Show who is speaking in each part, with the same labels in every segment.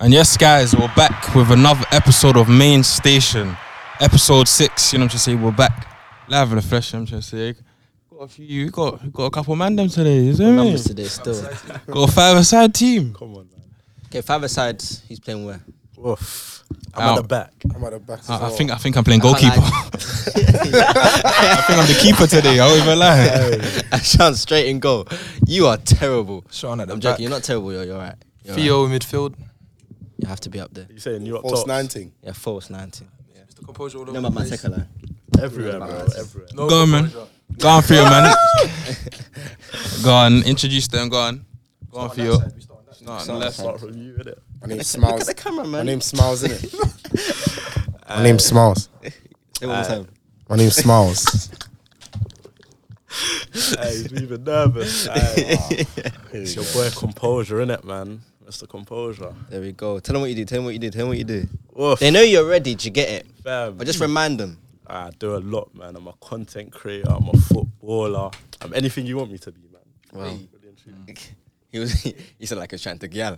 Speaker 1: And yes, guys, we're back with another episode of Main Station, episode six. You know what I'm trying to say? We're back live in the flesh. You know what I'm trying to say? Got a few, we got we got a couple man them today. You see me?
Speaker 2: numbers today still.
Speaker 1: Got a five aside team.
Speaker 3: Come on, man.
Speaker 2: Okay, five aside, he's playing where?
Speaker 3: Oof. I'm
Speaker 1: Ow.
Speaker 3: at the back.
Speaker 4: I'm at the back. as
Speaker 1: I, I
Speaker 4: well.
Speaker 1: think I think I'm playing
Speaker 2: can't
Speaker 1: goalkeeper.
Speaker 2: lie.
Speaker 1: I think I'm the keeper today. I won't even lie.
Speaker 2: I shot straight and go. You are terrible.
Speaker 5: Sean at the
Speaker 2: I'm
Speaker 5: back.
Speaker 2: joking, you're not terrible, yo, you're right. You're right.
Speaker 5: Theo midfield.
Speaker 2: You have to be up there.
Speaker 3: You saying you're up
Speaker 4: false
Speaker 3: top?
Speaker 4: nine thing.
Speaker 2: Yeah, false 19.
Speaker 5: Mr. Composure all over
Speaker 2: Remember
Speaker 5: the
Speaker 2: my
Speaker 5: place.
Speaker 2: second line.
Speaker 3: Everywhere, bro. Everywhere.
Speaker 5: No
Speaker 1: Go on, man.
Speaker 5: composure.
Speaker 1: Go on, Theo, man. go on, introduce them. Go on. Go on, Theo. Not on the left.
Speaker 3: Start from you, innit?
Speaker 4: My name's
Speaker 2: Look at
Speaker 4: Smiles.
Speaker 2: the Uh, camera,
Speaker 4: My
Speaker 2: man.
Speaker 4: name's Smiles, innit? My name's Smiles.
Speaker 2: Say one more time.
Speaker 4: My name's Smiles.
Speaker 3: Hey, he's even nervous. Aye, wow. It's your boy Composure, innit, man? Mr. Composure.
Speaker 2: There we go. Tell them what you do. Tell them what you do. Tell them what you do.
Speaker 3: Oof.
Speaker 2: They know you're ready. Do you get it?
Speaker 3: Fam.
Speaker 2: But just remind them.
Speaker 3: I do a lot, man. I'm a content creator. I'm a footballer. I'm anything you want me to be, man.
Speaker 2: Wow.
Speaker 3: Really and truly.
Speaker 2: He was. He said like a chantagial.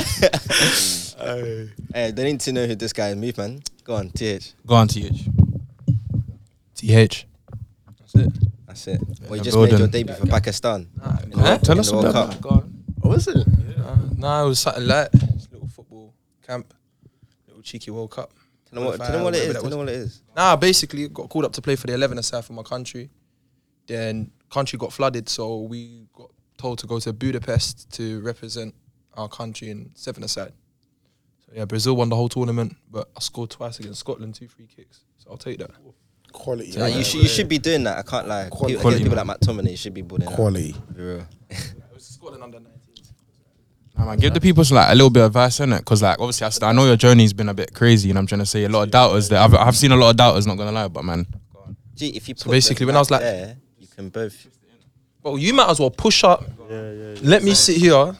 Speaker 3: Aye.
Speaker 2: Hey, they need to know who this guy is. Move, man. Go on, th.
Speaker 1: Go on, TH.
Speaker 5: TH.
Speaker 2: That's it. Well, you
Speaker 1: the
Speaker 2: just made your
Speaker 1: building.
Speaker 2: debut for Pakistan.
Speaker 5: Huh?
Speaker 2: Tell us about that.
Speaker 1: Go on.
Speaker 3: Oh, is it?
Speaker 5: Nah, nah, it was something like this little football camp, little cheeky World Cup.
Speaker 2: Tell them what,
Speaker 5: Qualifier,
Speaker 2: tell them what it is.
Speaker 5: whatever that
Speaker 2: Tell them
Speaker 5: was.
Speaker 2: what it is.
Speaker 5: Nah, basically got called up to play for the 11 aside for my country. Then country got flooded, so we got told to go to Budapest to represent our country in seven aside. So yeah, Brazil won the whole tournament, but I scored twice against Scotland, two free kicks. So I'll take that.
Speaker 4: Quality.
Speaker 2: Like, you,
Speaker 4: man.
Speaker 2: should, you should be doing that. I can't lie. People,
Speaker 4: Quality.
Speaker 2: against people like Matt Tomlin, you should be building that.
Speaker 4: Quality.
Speaker 2: Be real.
Speaker 5: It was Scotland under 19s.
Speaker 1: Nah, man, give the people some, like a little bit of advice on it, because like obviously I, st- I know your journey's been a bit crazy, and I'm trying to say a lot of doubters there. I've, I've seen a lot of doubters, not gonna lie, but man,
Speaker 2: Gee, if you put
Speaker 5: So basically,
Speaker 2: them
Speaker 5: when I was
Speaker 2: back
Speaker 5: like-
Speaker 2: there, you can both.
Speaker 5: Well, you might as well push up. Let me sit here.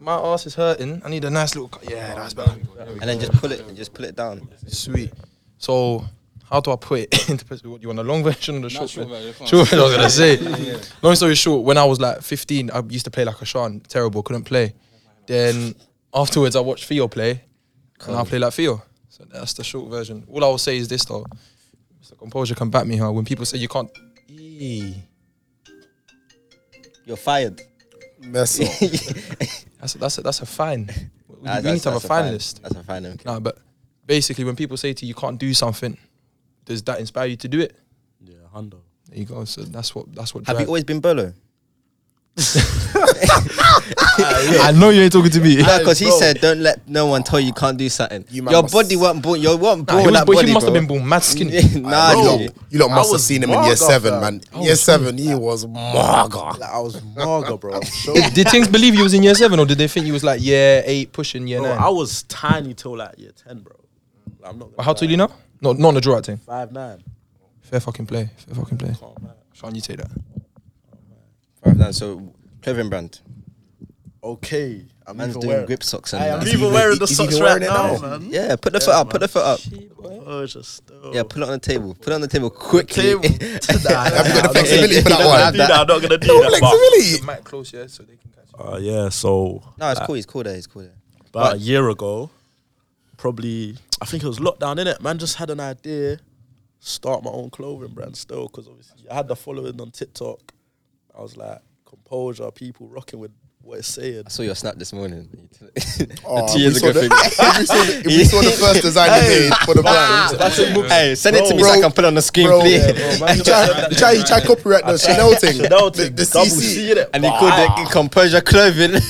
Speaker 5: My ass is hurting. I need a nice little. Cu- yeah, that's better.
Speaker 2: And then just pull it. Just pull it down.
Speaker 5: Sweet. So, how do I put it into perspective? What, You want a long version or the short
Speaker 1: short
Speaker 5: version?
Speaker 1: version,
Speaker 5: Short version, I was gonna say. Long story short, when I was like 15, I used to play like a Sean, terrible, couldn't play. Then afterwards, I watched Theo play, and I play like Theo. So that's the short version. All I will say is this though, Mr. Composure can back me here. When people say you can't,
Speaker 2: You're fired.
Speaker 4: Mess up.
Speaker 5: that's a, that's a, that's a fine. We, we
Speaker 2: Nah,
Speaker 5: need
Speaker 2: that's-
Speaker 5: to have
Speaker 2: that's
Speaker 5: a fine
Speaker 2: fine.
Speaker 5: list.
Speaker 2: That's a fine. Okay.
Speaker 5: Nah, but basically, when people say to you, you can't do something, does that inspire you to do it?
Speaker 3: Yeah, Hundo.
Speaker 5: There you go. So that's what that's what.
Speaker 2: Have you
Speaker 5: drive-
Speaker 2: always been Bolo?
Speaker 1: I know you ain't talking to me.
Speaker 2: No, because he said, "Don't let no one tell you can't do something."
Speaker 4: You man
Speaker 2: your
Speaker 4: must-
Speaker 2: body weren't born. You weren't
Speaker 5: Nah,
Speaker 2: born with
Speaker 5: he, was,
Speaker 2: that
Speaker 5: but
Speaker 2: body,
Speaker 5: he must
Speaker 2: bro.
Speaker 5: have been born mad skinny.
Speaker 2: nah,
Speaker 4: you,
Speaker 2: G.
Speaker 4: lot, you lot must have
Speaker 3: was
Speaker 4: seen him in year
Speaker 3: marga,
Speaker 4: seven,
Speaker 3: fam.
Speaker 4: man. year seven, he was marga.
Speaker 3: Like, I was Marga, bro. I'm so
Speaker 5: did things believe you was in year seven, or did they think you was like year eight, pushing year
Speaker 3: Bro,
Speaker 5: nine?
Speaker 3: I was tiny till like year ten, bro. Like, I'm not.
Speaker 5: But how tall you now? No, not on the draw thing.
Speaker 3: Five nine.
Speaker 5: Fair fucking play. Fair fucking play. Sean, you take that.
Speaker 2: Right, nah, so clothing brand.
Speaker 3: Okay, I'm
Speaker 2: Man's
Speaker 3: even
Speaker 2: doing
Speaker 3: wearing.
Speaker 2: grip socks and
Speaker 3: I
Speaker 2: that.
Speaker 3: am
Speaker 4: he
Speaker 3: even
Speaker 4: wear-
Speaker 3: wearing the
Speaker 4: is he
Speaker 3: socks
Speaker 4: even
Speaker 3: right
Speaker 4: wearing it
Speaker 3: now,
Speaker 4: now?
Speaker 3: man.
Speaker 2: Yeah, put the foot up. Put the foot up.
Speaker 3: Oh, just oh.
Speaker 2: Yeah, put it on the table. Put it on the table quickly.
Speaker 3: Table.
Speaker 4: Have you got the flexibility for that
Speaker 2: Nah,
Speaker 4: one?
Speaker 3: I'm not gonna do that. I'm not gonna do that. but-
Speaker 4: Flexibility.
Speaker 5: mic close, yeah, so they can catch you.
Speaker 3: Uh, yeah, so
Speaker 2: no, it's cool. He's cool there. He's cool there.
Speaker 3: about a year ago, probably I think it was lockdown in it. Man, just had an idea, start my own clothing brand still because obviously I had the following on TikTok. I was like, composure, people rocking with what it's saying.
Speaker 2: I saw your snap this morning.
Speaker 4: Oh,
Speaker 2: two years
Speaker 4: we saw
Speaker 2: ago
Speaker 4: the-
Speaker 2: thing.
Speaker 4: if we saw the- if we saw the first design you made for the brand.
Speaker 2: hey, send it to me
Speaker 4: Bro,
Speaker 2: so I can put it on the screen,
Speaker 4: bro,
Speaker 2: please.
Speaker 4: yeah, You try, you try, you try copyright the Chanel thing.
Speaker 3: Chanel
Speaker 4: The-
Speaker 3: thing,
Speaker 4: The,
Speaker 3: double
Speaker 4: CC.
Speaker 3: C in it.
Speaker 2: and he called it composure clothing.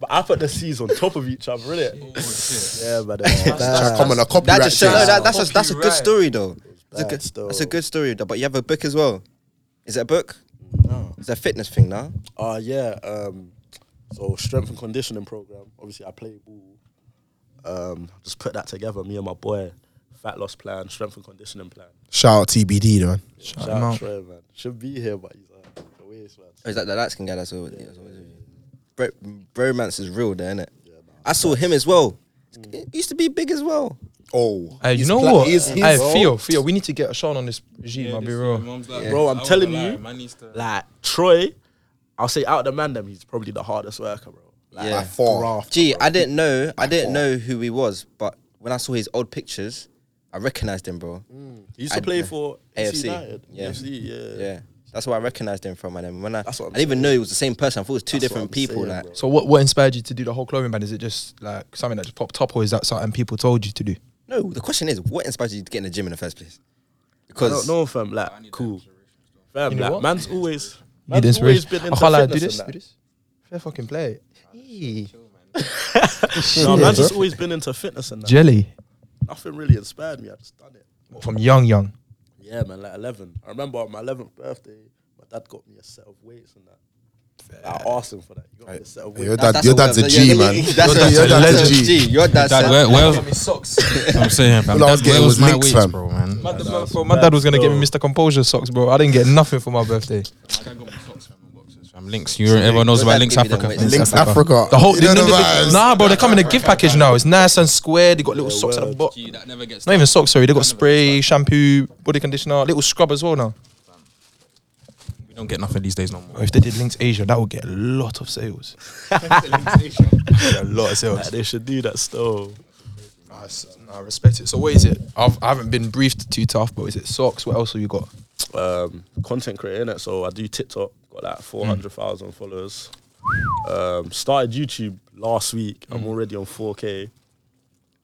Speaker 3: But I put the C's on top of each other, innit?
Speaker 5: Oh,
Speaker 3: yeah, but
Speaker 4: Try come on a copyright.
Speaker 2: that just shows
Speaker 4: thing.
Speaker 2: no, that, that's a, that's a good
Speaker 5: Copyright.
Speaker 2: story though. That's a
Speaker 3: bad
Speaker 2: good,
Speaker 3: still.
Speaker 2: that's a good story though. But you have a book as well. Is it a book?
Speaker 3: No.
Speaker 2: It's a fitness thing now.
Speaker 3: Uh, yeah. Um, so strength and conditioning program. Obviously, I play ball. Um, just put that together. Me and my boy, fat loss plan, strength and conditioning plan.
Speaker 4: Shout out TBD, man.
Speaker 5: Shout
Speaker 3: Shout
Speaker 5: him
Speaker 3: out
Speaker 5: out.
Speaker 3: Trey, man. Should be here, but he's uh, away, his man.
Speaker 2: Or is that Oh, the light skin guy that's always, that's always with you? Bro, bromance is real there, innit? I saw him as well. He used to be big as well.
Speaker 4: Oh,
Speaker 5: Hey, you
Speaker 4: He's
Speaker 5: know
Speaker 4: pla-
Speaker 5: what?
Speaker 4: he is- he
Speaker 5: Hey,
Speaker 4: is-
Speaker 5: Theo, Theo, we need to get Sean on this regime. I'll be real.
Speaker 3: Bro, I'm telling you, like Troy, I'll say out the man them, he's probably the hardest worker, bro.
Speaker 4: Like,
Speaker 2: Yeah.
Speaker 4: by far.
Speaker 2: Gee, I didn't know. I didn't know who he was, but when I saw his old pictures, I recognized him, bro.
Speaker 3: He used to
Speaker 2: I'd-
Speaker 3: play for
Speaker 2: AFC,
Speaker 3: AFC United.
Speaker 2: yeah.
Speaker 3: AFC, yeah.
Speaker 2: Yeah, that's why I recognized him from. And then when I,
Speaker 3: That's what I'm
Speaker 2: I didn't even know he was the same person. I thought it was two
Speaker 3: That's
Speaker 2: different
Speaker 3: what I'm
Speaker 2: people.
Speaker 3: saying,
Speaker 2: like,
Speaker 3: bro.
Speaker 5: So what, what inspired you to do the whole clothing brand? Is it just like something that just popped up, or is that something people told you to do?
Speaker 2: no. The question is, what inspired you to get in the gym in the first place?
Speaker 3: I
Speaker 2: Because
Speaker 3: don't know, fam. Like, cool. Fam,
Speaker 5: You know
Speaker 3: like,
Speaker 5: what?
Speaker 3: man's always.
Speaker 5: You need
Speaker 3: Man's always
Speaker 5: inspiration.
Speaker 3: been
Speaker 5: I
Speaker 3: into
Speaker 5: can't lie, do
Speaker 3: fitness
Speaker 5: this,
Speaker 3: and
Speaker 5: do
Speaker 3: that.
Speaker 5: this. Fair fucking play.
Speaker 3: No,
Speaker 5: Yeah,
Speaker 3: man's just
Speaker 5: bro.
Speaker 3: always been into fitness and that.
Speaker 5: Jelly
Speaker 3: Nothing really inspired me. I just done it.
Speaker 5: from young young.
Speaker 3: Yeah, man, like 11. I remember on my 11th birthday, my dad got me a set of weights and that. I asked him for that. You got me a set of weights.
Speaker 4: Your dad,
Speaker 2: That's
Speaker 4: your
Speaker 2: what
Speaker 4: dad's a
Speaker 2: I'm-
Speaker 4: G,
Speaker 2: yeah,
Speaker 4: man.
Speaker 2: yeah,
Speaker 4: Your
Speaker 2: That's
Speaker 4: dad- your
Speaker 2: that's
Speaker 4: dad's a G.
Speaker 2: Your dad's
Speaker 1: Dad, where, where
Speaker 5: socks.
Speaker 1: I'm saying, fam,
Speaker 4: All I was
Speaker 1: dad, where
Speaker 4: getting
Speaker 1: was
Speaker 4: was
Speaker 1: my
Speaker 4: links,
Speaker 1: weight,
Speaker 4: fam.
Speaker 1: bro, man?
Speaker 5: My, dad was gonna give me Mr. Composure socks, bro. I didn't get nothing for my birthday.
Speaker 1: I'm links. You everyone knows
Speaker 2: Your
Speaker 1: about
Speaker 2: dad
Speaker 1: Links
Speaker 2: gave me them
Speaker 1: Africa.
Speaker 2: weights.
Speaker 1: fam.
Speaker 2: Links
Speaker 4: Links Africa.
Speaker 5: The whole
Speaker 4: You
Speaker 5: the
Speaker 4: know the
Speaker 5: individ-
Speaker 4: vibes.
Speaker 5: nah, bro. They come in a gift package now. It's nice and square. They got little socks at the bottom.
Speaker 1: Gee, that never gets
Speaker 5: Not even socks, sorry. They got spray, shampoo, body conditioner, little scrub as well now.
Speaker 1: We don't get nothing these days no more.
Speaker 5: If they did Links Asia, that would get a lot of sales. a lot of
Speaker 3: Like, they should do that still.
Speaker 5: I, respect it. So what is it? I've, I haven't been briefed too tough, but is it socks? What else have you got?
Speaker 3: Um, content creator, innit? So I do TikTok, got like 400,000 followers. Um, started YouTube last week. I'm already on 4K.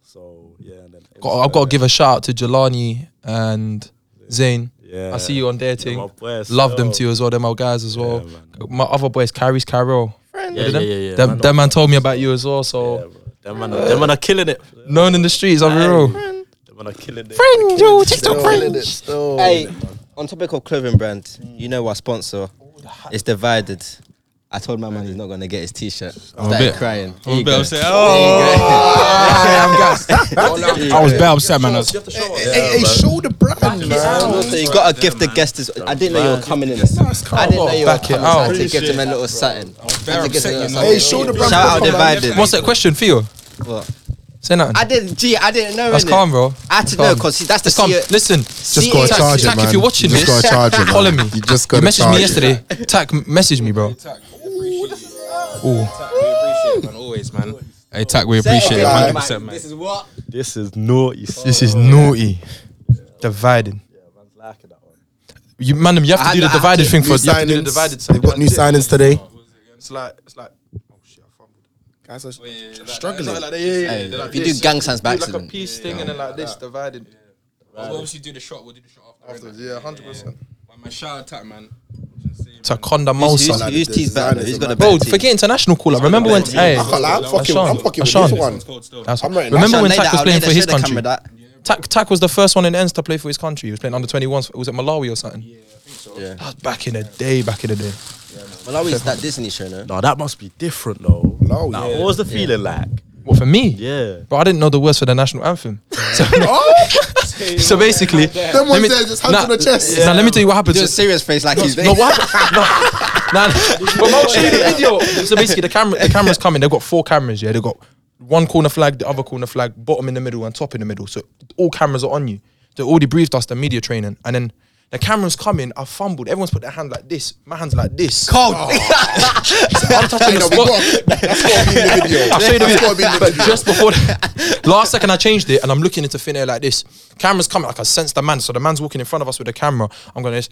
Speaker 3: So, yeah. And then
Speaker 5: Got, I've got to give a shout out to Jelani and Zayn.
Speaker 3: Yeah.
Speaker 5: I see you on their
Speaker 3: Yeah,
Speaker 5: thing.
Speaker 3: my boys,
Speaker 5: Love them
Speaker 3: yo.
Speaker 5: too as well. They're my guys as well.
Speaker 3: Yeah, man.
Speaker 5: my other boys, Carries Carol.
Speaker 3: Yeah, yeah, yeah. yeah.
Speaker 5: Them,
Speaker 3: Man,
Speaker 5: that man told me about you as well.
Speaker 3: yeah,
Speaker 5: So
Speaker 3: bro. Them man, are, them man are killing it.
Speaker 5: known in the streets, I'll be real.
Speaker 3: Them man are killing it.
Speaker 5: Friend, yo, TikTok
Speaker 4: Killing it
Speaker 5: friend.
Speaker 4: still.
Speaker 2: Hey, on topic of clothing brand, you know our sponsor. It's divided. I told my man he's not gonna get his t-shirt. I
Speaker 1: a
Speaker 2: started
Speaker 1: bit-
Speaker 2: crying. Here
Speaker 1: I'm a
Speaker 2: you
Speaker 1: bit
Speaker 2: go.
Speaker 1: upset. Oh, I was bit upset, man. I was-
Speaker 4: Hey, hey, show the brand, man.
Speaker 2: So you got to give the guest. His, I didn't know you were coming in. I didn't know you were
Speaker 5: Back it
Speaker 2: coming.
Speaker 5: out.
Speaker 2: I had to give him a little satin.
Speaker 1: very upset, you know.
Speaker 4: Hey, show the brand.
Speaker 2: Shout out
Speaker 4: proper, man.
Speaker 2: divided.
Speaker 5: What's that question, Theo?
Speaker 2: What?
Speaker 5: Say nothing.
Speaker 2: I didn't. Gee, I didn't know.
Speaker 5: That's
Speaker 2: innit?
Speaker 5: calm, bro.
Speaker 2: I had to
Speaker 5: Calm.
Speaker 2: know because that's the
Speaker 5: Just come.
Speaker 2: CEO
Speaker 5: Listen,
Speaker 2: See,
Speaker 5: just
Speaker 2: go
Speaker 5: go
Speaker 2: and
Speaker 5: tack,
Speaker 4: charge it,
Speaker 5: tack if
Speaker 4: man.
Speaker 5: you're watching
Speaker 4: You
Speaker 5: this.
Speaker 4: just gotta charge it, man.
Speaker 5: Follow me.
Speaker 4: You just gotta
Speaker 5: message
Speaker 4: charge
Speaker 5: me
Speaker 4: it.
Speaker 5: yesterday. Tack, message me, bro.
Speaker 1: Tack, we appreciate it, man. Always, man. Hey, Tack, we appreciate it. 100%, man.
Speaker 2: This is what.
Speaker 3: This is naughty.
Speaker 5: This is naughty. Divided. You man, you have
Speaker 2: I
Speaker 5: to
Speaker 2: had- I
Speaker 5: do the
Speaker 2: had
Speaker 5: divided
Speaker 2: to-
Speaker 5: thing
Speaker 4: New
Speaker 5: first. You have to do the divided
Speaker 4: signings. They've got new
Speaker 5: That's it.
Speaker 4: signings today.
Speaker 5: It's like it's like oh,
Speaker 4: Guys are-
Speaker 5: struggling.
Speaker 2: Hey, if you do gang signs by accident.
Speaker 5: piece thing and then like this divided.
Speaker 1: obviously do the shot. We'll do the shot after.
Speaker 5: Yeah, hundred percent.
Speaker 1: My shout out, Tack, man.
Speaker 5: Takonda
Speaker 2: Who's, who's,
Speaker 5: Mosa.
Speaker 2: who's tees better? Who's got a
Speaker 5: Bro,
Speaker 2: better tee?
Speaker 5: forget international call up. Remember when? Hey,
Speaker 4: I can't lie, I'm fucking,
Speaker 5: Ashan.
Speaker 4: I'm fucking with
Speaker 5: Ashan.
Speaker 4: this one.
Speaker 5: that's-
Speaker 4: I'm not in-
Speaker 5: remember
Speaker 2: Actually,
Speaker 5: when
Speaker 2: I'll lay
Speaker 5: Tack
Speaker 2: that
Speaker 5: was
Speaker 2: out, lay
Speaker 5: playing for
Speaker 2: that-
Speaker 5: his
Speaker 2: show the
Speaker 5: country?
Speaker 2: camera that.
Speaker 5: Tack, Tack was the first one in the ends to play for his country. He was playing under 21s. Was it Malawi or something? Yeah, I think so.
Speaker 2: Yeah.
Speaker 5: That was back in the day, back in the day.
Speaker 2: Malawi's that Disney show, no?
Speaker 3: No, that must be different though.
Speaker 4: No,
Speaker 3: Nah,
Speaker 4: yeah.
Speaker 3: What was the feeling like?
Speaker 5: What, for me?
Speaker 3: Yeah.
Speaker 5: But I didn't know the words for the national anthem. So, so basically,
Speaker 4: Oh! Them
Speaker 5: let
Speaker 4: ones
Speaker 5: me-
Speaker 4: there, just hands
Speaker 5: nah,
Speaker 4: on the chest.
Speaker 5: Now let me tell you what happened.
Speaker 2: Do a
Speaker 5: So-
Speaker 2: serious face like he's.
Speaker 5: No, what? happened- No, nah, nah. But I'll show you the video. So basically, the camera, the camera's coming. They've got four cameras. Yeah, they've got one corner flag, the other corner flag, bottom in the middle, and top in the middle. So all cameras are on you. They already briefed us the media training, and then the camera's coming. I fumbled. Everyone's put their hand like this. My hand's like this.
Speaker 2: Cold.
Speaker 5: I'm touching
Speaker 4: No,
Speaker 5: the
Speaker 4: we
Speaker 5: spot.
Speaker 4: got- That's got to be in the video.
Speaker 5: I'll show you the
Speaker 4: That's
Speaker 5: video.
Speaker 4: gotta be in the
Speaker 5: But
Speaker 4: video.
Speaker 5: just before the, last second I changed it and I'm looking into thin air like this. Camera's coming, like I sense the man. So the man's walking in front of us with a camera. I'm going this.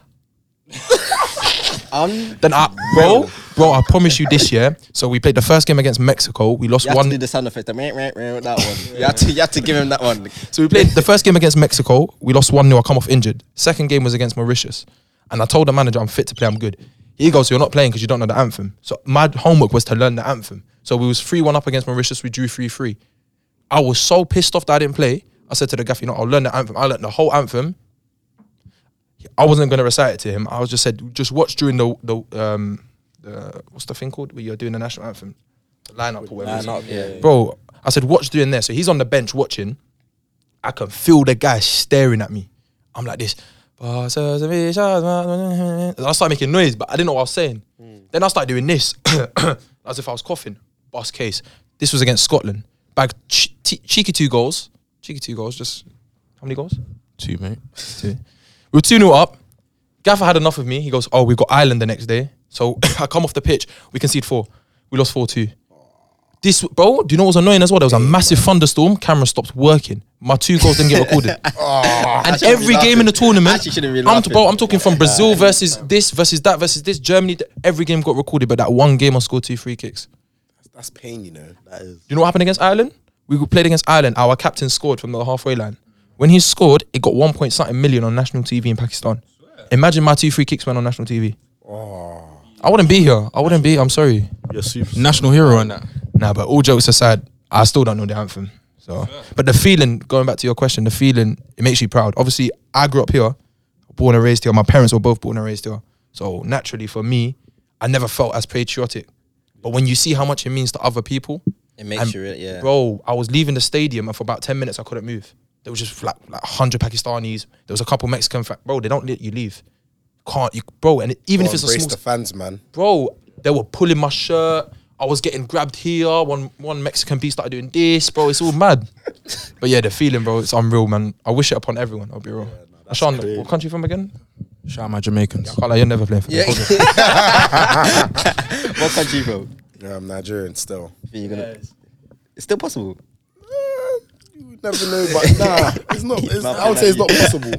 Speaker 2: Um,
Speaker 5: Then I bro, bro, I promise you this year. So we played the first game against Mexico. We lost
Speaker 2: you have to do
Speaker 5: one
Speaker 2: the sound effect. the meh, meh, meh, That one. You have to. You have to give him that one.
Speaker 5: So we played the first game against Mexico. We lost 1 0. I come off injured. Second game was against Mauritius. And I told the manager, I'm fit to play, I'm good. He goes, You're not playing because you don't know the anthem. So my homework was to learn the anthem. So we was 3 1 up against Mauritius. We drew 3 3. I was so pissed off that I didn't play. I said to the gaff, You know, I'll learn the anthem. I learned the whole anthem. I wasn't going to recite it to him. I was just said, Just watch during the, the, um, the what's the thing called? Where you're doing the national anthem. Lineup or whatever. it is.
Speaker 3: yeah.
Speaker 5: Bro, I said, watch doing there. So he's on the bench watching. I can feel the guy staring at me. I'm like this. I started making noise, but I didn't know what I was saying. Then I started doing this, as if I was coughing. Bus case. This was against Scotland. Bagged ch- t- cheeky two goals. Cheeky two goals. Just how many goals?
Speaker 1: Two, mate.
Speaker 5: Two. We were 2 0 up. Gaffer had enough of me. He goes, Oh, we've got Ireland the next day. So I come off the pitch. We concede four. We lost 4 2. This bro, do you know what was annoying as well? There was a massive thunderstorm. Camera stopped working. My two goals didn't get recorded. and
Speaker 2: Oh, shouldn't
Speaker 5: every
Speaker 2: be
Speaker 5: game in the
Speaker 2: laughing. I
Speaker 5: tournament,
Speaker 2: actually shouldn't be
Speaker 5: I'm,
Speaker 2: laughing.
Speaker 5: bro, I'm talking from Brazil versus
Speaker 2: um,
Speaker 5: this versus that versus this Germany. th- Every game got recorded, but that one game I scored two free kicks.
Speaker 4: That's pain, you know. That is.
Speaker 5: Do you know what happened against Ireland? We played against Ireland. Our captain scored from the halfway line. When he scored, it got one point something million on national TV in Pakistan. Imagine my two free kicks went on national TV. I wouldn't be here. I wouldn't be. I'm sorry.
Speaker 3: You're super.
Speaker 1: Oh. National hero and that.
Speaker 5: Nah, but all jokes aside, I still don't know the anthem. So, but the feeling, going back to your question, the feeling it makes you proud. Obviously, I grew up here, born and raised here. My parents were both born and raised here, so naturally for me, I never felt as patriotic. But when you see how much it means to other people,
Speaker 2: It makes
Speaker 5: and
Speaker 2: you, re- yeah.
Speaker 5: bro, I was leaving the stadium and for about ten minutes I couldn't move. There was just like like hundred Pakistanis. There was a couple Mexican. Fa- bro, they don't let you leave. Can't you, bro? And
Speaker 4: Even
Speaker 5: even if it's a small
Speaker 4: the fans, man.
Speaker 5: bro, they were pulling my shirt. I was getting grabbed here. One one Mexican beast started doing this, bro. It's all mad. but yeah, the feeling, bro, it's unreal, man. I wish it upon everyone. I'll be real. Sean, what country you from again?
Speaker 1: Shout out my Jamaicans.
Speaker 5: Carla, you're never playing for
Speaker 2: Yeah.
Speaker 5: me.
Speaker 2: what country, bro?
Speaker 4: Yeah, I'm Nigerian still.
Speaker 2: You're gonna, It's still possible.
Speaker 4: You never know, but nah, it's not. It's, I would say it's not possible.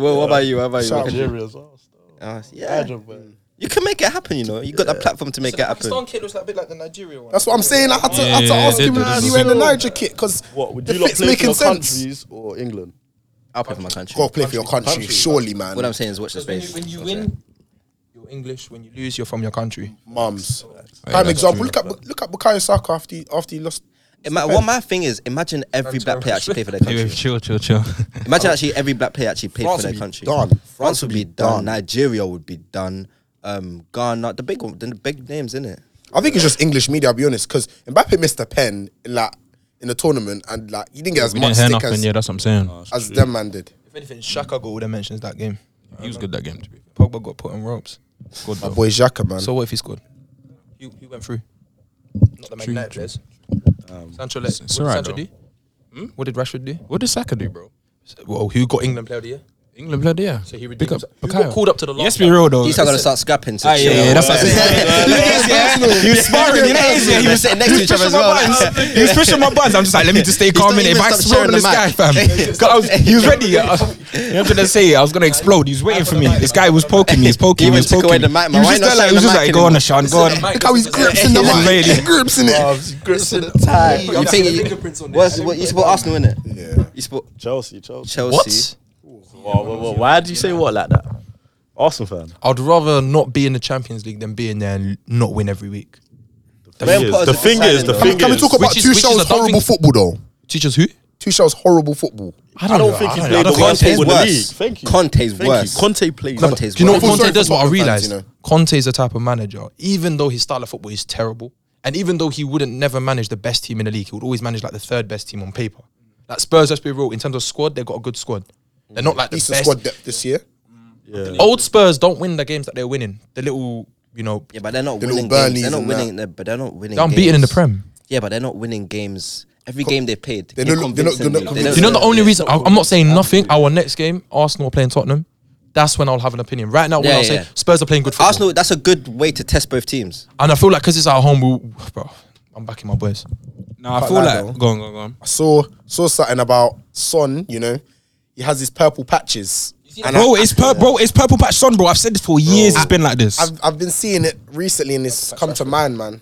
Speaker 2: Well, what about you? What about you? What
Speaker 4: Shout out
Speaker 2: country?
Speaker 3: Nigeria as well. still.
Speaker 2: Uh, yeah.
Speaker 3: Nigerian, but-
Speaker 2: You can make it happen, you know. You got that platform to make it happen.
Speaker 5: kid looks like bit like the Nigerian one.
Speaker 4: That's what I'm saying. I had to, I had to
Speaker 1: Yeah,
Speaker 4: ask
Speaker 1: they
Speaker 4: him
Speaker 1: did
Speaker 4: if
Speaker 1: it.
Speaker 4: he wearing the Niger kit because
Speaker 3: What would
Speaker 4: the
Speaker 3: you lot
Speaker 4: fit's
Speaker 3: play for
Speaker 4: making
Speaker 3: your
Speaker 4: sense.
Speaker 3: countries or England?
Speaker 2: I'll play for my country.
Speaker 4: Go play for your country, surely, man.
Speaker 2: What I'm saying is watch the
Speaker 5: when you,
Speaker 2: space.
Speaker 5: when you win, you're English. When you lose, you're from your country.
Speaker 4: Mums.
Speaker 1: that's
Speaker 4: Prime example. Look at look at Bukayo Saka after he, after he lost.
Speaker 2: It ma- what my thing is, imagine every black player actually play for their country.
Speaker 1: chill, chill, chill.
Speaker 2: Imagine actually every black player actually played
Speaker 4: France
Speaker 2: for their
Speaker 4: would
Speaker 2: country.
Speaker 4: be done.
Speaker 2: France would be done. Nigeria would be done. Um, Ghana, the big one, the big names in it.
Speaker 4: I think it's just English media. I'll be honest, because Mbappe missed a pen like in the tournament, and like he didn't get as
Speaker 1: we
Speaker 4: much
Speaker 1: didn't hear
Speaker 4: stick
Speaker 1: nothing,
Speaker 4: as,
Speaker 1: yeah, that's what I'm saying.
Speaker 4: as them man did.
Speaker 5: If anything, Shaka got all the mentions that game.
Speaker 1: he was good that game, to be fair.
Speaker 5: Pogba got put in ropes.
Speaker 1: Good,
Speaker 4: My
Speaker 1: though.
Speaker 4: boy Xhaka, man.
Speaker 5: So what if he scored? Who, who went through? Not the Man
Speaker 1: True,
Speaker 5: United
Speaker 1: true. Um,
Speaker 5: players. Sancho, let,
Speaker 1: it's-
Speaker 5: what
Speaker 1: it's
Speaker 5: did
Speaker 1: alright,
Speaker 5: Sancho
Speaker 1: though.
Speaker 5: do? Hmm? What did Rashford do?
Speaker 1: What did Saka do, bro?
Speaker 5: Well, who got England Player of the Year?
Speaker 1: England blood, yeah.
Speaker 5: So he
Speaker 1: Big up
Speaker 5: redeemed. Who got
Speaker 1: Bukayo.
Speaker 5: called up to the last?
Speaker 1: Let's be real, though.
Speaker 2: He's not gonna start scrapping. To
Speaker 1: Ah, yeah, yeah, that's what I'm saying. You know, yeah, He was sparring, you know, yeah, he was
Speaker 2: sitting next to each other as
Speaker 1: pushing my
Speaker 2: well.
Speaker 1: buttons. He was pushing my buttons. I'm just like, let me just stay calm
Speaker 2: not
Speaker 1: in it. If
Speaker 2: even
Speaker 1: I
Speaker 2: stopped
Speaker 1: explode on
Speaker 2: sharing
Speaker 1: this
Speaker 2: the
Speaker 1: guy,
Speaker 2: mic.
Speaker 1: fam. 'Cause I was, he was ready. I was, you know what I'm gonna say? I was gonna explode. He was waiting for me. This guy was poking me. He's poking
Speaker 2: He
Speaker 1: me.
Speaker 2: even
Speaker 1: He's
Speaker 2: took
Speaker 1: poking
Speaker 2: away
Speaker 1: me.
Speaker 2: the mic, man.
Speaker 1: He was
Speaker 2: Why
Speaker 1: just
Speaker 2: not
Speaker 1: there, like, he was
Speaker 2: sharing
Speaker 1: just
Speaker 2: the
Speaker 1: like, go on, Sean, go on.
Speaker 2: mic anymore?
Speaker 4: Look how Oh, he's grips in the mic. He's grips in it.
Speaker 3: grips in
Speaker 2: You think what's- what you support Arsenal in it?
Speaker 4: Yeah.
Speaker 2: You support
Speaker 3: Chelsea, Chelsea.
Speaker 2: Chelsea.
Speaker 5: What?
Speaker 3: Whoa, whoa, whoa. Why do you say what like that? Arsenal fan.
Speaker 5: I'd rather not be in the Champions League than be in there and not win every week.
Speaker 3: The
Speaker 2: Man
Speaker 3: thing is,
Speaker 2: Potter's
Speaker 3: the
Speaker 2: a
Speaker 3: thing
Speaker 2: good
Speaker 3: is, the
Speaker 2: signing,
Speaker 3: thing
Speaker 4: Can we
Speaker 3: is,
Speaker 4: talk about
Speaker 5: Which is-
Speaker 4: two
Speaker 5: which is
Speaker 4: shows
Speaker 5: the dumb
Speaker 4: horrible
Speaker 5: thing-
Speaker 4: football though?
Speaker 5: Teachers who?
Speaker 4: Two shows horrible football.
Speaker 3: I don't think he played the
Speaker 5: know.
Speaker 3: way he
Speaker 2: Conte's
Speaker 3: played in the
Speaker 2: worse.
Speaker 3: league. Thank you.
Speaker 2: Conte's
Speaker 3: Thank you.
Speaker 2: worse.
Speaker 3: Conte plays.
Speaker 2: Conte's worse.
Speaker 5: Do you know what
Speaker 4: Well,
Speaker 5: Conte
Speaker 4: sorry
Speaker 5: does?
Speaker 4: for
Speaker 5: What I
Speaker 4: Tottenham
Speaker 5: realized,
Speaker 4: fans, you know.
Speaker 5: Conte is the type of manager. Even though his style of football is terrible, and even though he wouldn't never manage the best team in the league, he would always manage like the third best team on paper. Like Spurs, let's be real. In terms of squad, they've got a good squad. They're not like the
Speaker 4: Decent
Speaker 5: best.
Speaker 4: squad depth this year.
Speaker 3: Yeah.
Speaker 5: Old Spurs don't win the games that they're winning. The little, you know,
Speaker 2: Yeah, but they're not
Speaker 4: The little
Speaker 2: winning. Games.
Speaker 4: Burnleys
Speaker 2: They're not
Speaker 4: and
Speaker 2: winning. they're- But they're not winning.
Speaker 5: they're unbeaten in the
Speaker 2: games.
Speaker 5: Prem.
Speaker 2: Yeah, but they're not winning games. Every game they played,
Speaker 4: They don't- they're not- they're not
Speaker 2: convincingly.
Speaker 4: convincing.
Speaker 5: You know, the only
Speaker 2: Yeah.
Speaker 5: reason I, I'm not saying nothing. Our next game, Arsenal are playing Tottenham. That's when I'll have an opinion. Right now, when
Speaker 2: Yeah,
Speaker 5: I'll
Speaker 2: yeah,
Speaker 5: say
Speaker 2: yeah.
Speaker 5: Spurs are playing good football,
Speaker 2: Arsenal. That's a good way to test both teams.
Speaker 5: and I feel like because it's our home, we'll, bro, I'm backing my boys.
Speaker 1: Nah, I
Speaker 4: Can't
Speaker 1: feel
Speaker 4: lie,
Speaker 1: like.
Speaker 4: though.
Speaker 1: Go on, go on, go on.
Speaker 4: I saw saw something about Son. You know, he has these purple patches. And
Speaker 1: Bro,
Speaker 4: I,
Speaker 1: it's pur- bro, it's purple patch sun, bro. I've said this for years. It's been like this.
Speaker 4: I've I've been seeing it recently, and it's come to mind, man.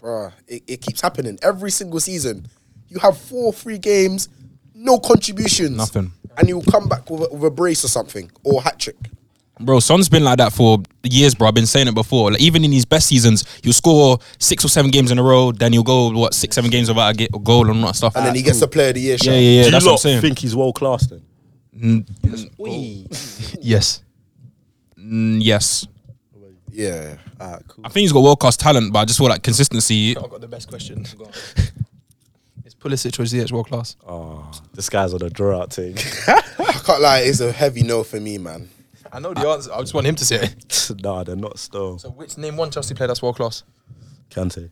Speaker 4: Bro, it, it keeps happening every single season. You have four free games, no contributions,
Speaker 1: Nothing.
Speaker 4: and you will come back with a, with a brace or something or hat trick.
Speaker 1: Bro, Son's been like that for years, bro. I've been saying it before. Like even in his best seasons, you score six or seven games in a row, then you'll go what six, seven games without a, ge- a goal and all that stuff.
Speaker 4: And then he gets the player of the year.
Speaker 1: yeah,
Speaker 4: shout.
Speaker 1: yeah, yeah.
Speaker 3: Do
Speaker 1: that's what
Speaker 3: you
Speaker 1: I'm
Speaker 3: lot
Speaker 1: saying.
Speaker 3: think he's world class then?
Speaker 5: Yes.
Speaker 1: Mm, yes,
Speaker 4: yeah. Ah, cool.
Speaker 1: I think he's got world class talent, but I just feel like consistency.
Speaker 5: I've got the best question. Is Pulisic or ZH world class?
Speaker 3: Oh, this guy's on a draw out thing.
Speaker 4: I can't lie, it's a heavy no for me, man.
Speaker 5: I know the answer. I just want him to say it.
Speaker 3: nah, they're not still.
Speaker 5: So, which name one Chelsea player that's world class
Speaker 3: Kante.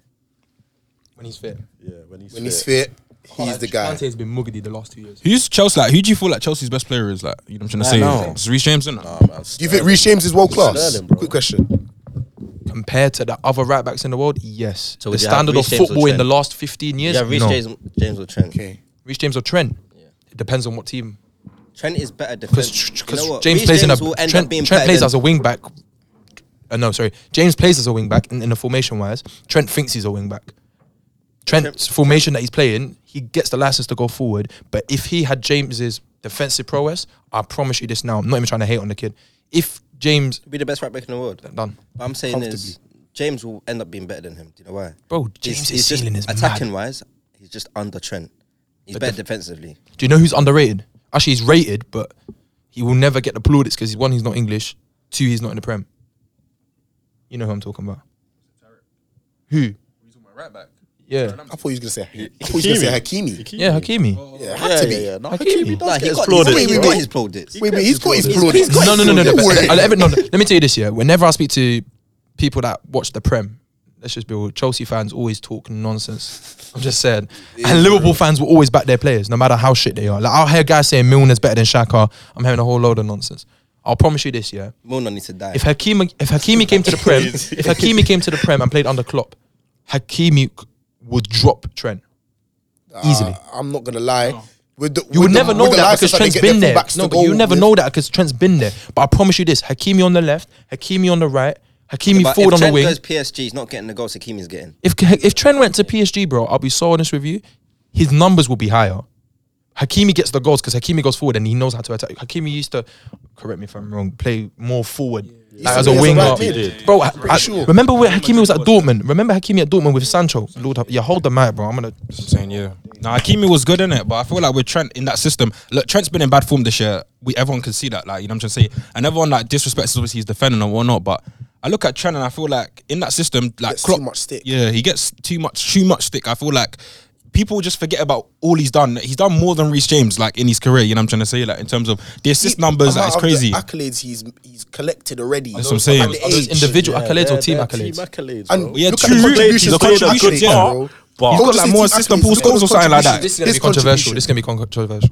Speaker 5: when he's fit?
Speaker 3: Yeah, when he's
Speaker 4: When he's fit, he's the guy.
Speaker 5: Kante has been muggedy the last two years.
Speaker 1: Who's Chelsea? Like, who do you feel like Chelsea's best player is? Like, you know what I'm trying to say? It's Reece James, is
Speaker 4: Do you think Reece James is world class?
Speaker 3: Sterling, bro.
Speaker 4: Quick question.
Speaker 5: Compared to the other right backs in the world, yes.
Speaker 2: So
Speaker 5: the
Speaker 2: would you have
Speaker 5: standard of
Speaker 2: Reece James or
Speaker 5: football in
Speaker 2: Trent?
Speaker 5: the last 15 years,
Speaker 2: Yeah, Reece
Speaker 5: no.
Speaker 2: James, James or Trent.
Speaker 4: Okay.
Speaker 5: Reece James or Trent. It depends on what team.
Speaker 2: Trent is better
Speaker 5: Because
Speaker 2: defense.
Speaker 5: James plays in a
Speaker 2: will end
Speaker 5: Trent,
Speaker 2: up being
Speaker 5: Trent
Speaker 2: better
Speaker 5: plays
Speaker 2: than-
Speaker 5: as a wing back. Uh, no, sorry. James plays as a wing back in, in the formation wise. Trent thinks he's a wing back. Trent's formation that he's playing, he gets the license to go forward. But if he had James's defensive prowess, I promise you this now. I'm not even trying to hate on the kid. If James
Speaker 2: be the best right back in the world.
Speaker 5: done,
Speaker 2: What I'm saying is James will end up being better than him. Do you know why?
Speaker 5: bro, James'
Speaker 2: he's, he's
Speaker 5: ceiling is
Speaker 2: just
Speaker 5: mad.
Speaker 2: attacking wise. He's just under Trent. He's
Speaker 5: But
Speaker 2: better
Speaker 5: def-
Speaker 2: defensively.
Speaker 5: Do you know who's underrated? Actually, he's rated, but he will never get the plaudits because one, he's not English. Two, he's not in the Prem. You know who I'm talking about? Who? Yeah,
Speaker 4: I thought you was gonna say. I thought you was gonna say Hakimi.
Speaker 5: yeah, Hakimi.
Speaker 4: Yeah, it had to be.
Speaker 3: yeah. No,
Speaker 5: Hakimi.
Speaker 3: Hakimi
Speaker 2: Like,
Speaker 3: does
Speaker 2: he's
Speaker 3: get
Speaker 2: applauded.
Speaker 3: applauded.
Speaker 4: Wait,
Speaker 2: He's
Speaker 4: wait,
Speaker 2: got
Speaker 4: wait.
Speaker 2: his applauded.
Speaker 4: Wait, but he's got his blood.
Speaker 2: He's
Speaker 5: No, no, no, no, no. but I'll ever- no, no. Let me tell you this. Yeah, whenever I speak to people that watch the Prem, let's just be real. Chelsea fans always talk nonsense. I'm just saying. And Liverpool fans will always back their players, no matter how shit they are. Like I'll hear guys saying Milner's better than Shaka. I'm hearing a whole load of nonsense. I'll promise you this. Yeah,
Speaker 2: Milner needs to die.
Speaker 5: if Hakimi if Hakimi came to the Prem, if Hakimi came to the Prem and played under Klopp, Hakimi c- would drop Trent. Easily.
Speaker 4: I'm not gonna lie. With the,
Speaker 5: You
Speaker 4: with
Speaker 5: would
Speaker 4: the-
Speaker 5: never know
Speaker 4: with the
Speaker 5: that
Speaker 4: license
Speaker 5: because Trent's
Speaker 4: they get
Speaker 5: been
Speaker 4: their
Speaker 5: there.
Speaker 4: fullbacks
Speaker 5: No,
Speaker 4: to
Speaker 5: but you
Speaker 4: go
Speaker 5: never
Speaker 4: with-
Speaker 5: know that because Trent's been there. But I promise you this: Hakimi on the left, Hakimi on the right, Hakimi
Speaker 2: But if
Speaker 5: forward on the
Speaker 2: Trent
Speaker 5: wing.
Speaker 2: goes PSG, he's not getting the goals Hakimi's getting.
Speaker 5: if if Trent went to PSG, bro, I'll be so honest with you, his numbers will be higher. Hakimi gets the goals because Hakimi goes forward and he knows how to attack. Hakimi used to, correct me if I'm wrong, play more forward like,
Speaker 4: He used
Speaker 5: as
Speaker 4: to
Speaker 5: a
Speaker 4: play as a
Speaker 5: winger.
Speaker 4: right mid. He did.
Speaker 5: Bro, I, I,
Speaker 4: sure.
Speaker 5: remember when Hakimi was at Dortmund? Remember Hakimi at Dortmund with Sancho? Lord, have- yeah, hold the mic, bro. I'm gonna.
Speaker 1: I'm saying, yeah. Now Hakimi was good in it, but I feel like with Trent in that system, look, Trent's been in bad form this year. We everyone can see that, like you know what I'm trying to say. And everyone like disrespects obviously he's defending and whatnot, but I look at Trent and I feel like in that system, like
Speaker 4: Gets too
Speaker 1: Klopp-
Speaker 4: much stick.
Speaker 1: Yeah, he gets too much, too much stick. I feel like people just forget about all he's done. He's done more than Reece James, like in his career. You know what I'm trying to say, like in terms of the assist
Speaker 4: He-
Speaker 1: numbers, like,
Speaker 4: amount
Speaker 1: it's
Speaker 4: of the
Speaker 1: crazy.
Speaker 4: accolades he's he's collected already.
Speaker 1: That's what I'm saying.
Speaker 4: At the
Speaker 1: Are
Speaker 5: those
Speaker 4: age.
Speaker 5: individual accolades or
Speaker 3: they're-
Speaker 5: team
Speaker 3: they're
Speaker 5: accolades?
Speaker 3: accolades,
Speaker 4: And
Speaker 3: bro.
Speaker 1: Yeah,
Speaker 4: look
Speaker 1: true.
Speaker 4: at the contributions
Speaker 1: The
Speaker 4: he's made,
Speaker 1: contributions,
Speaker 4: that
Speaker 1: yeah.
Speaker 4: good, bro.
Speaker 3: But-
Speaker 4: He's
Speaker 1: He's
Speaker 4: not
Speaker 1: got
Speaker 4: just
Speaker 1: like
Speaker 4: his
Speaker 1: more
Speaker 4: team
Speaker 1: assists than
Speaker 4: accolades,
Speaker 1: Paul
Speaker 4: he's got
Speaker 1: Scholes or
Speaker 4: his
Speaker 1: something like that.
Speaker 4: contributions.
Speaker 5: This
Speaker 4: His
Speaker 5: is gonna be controversial.
Speaker 4: contribution.
Speaker 5: This is gonna be controversial.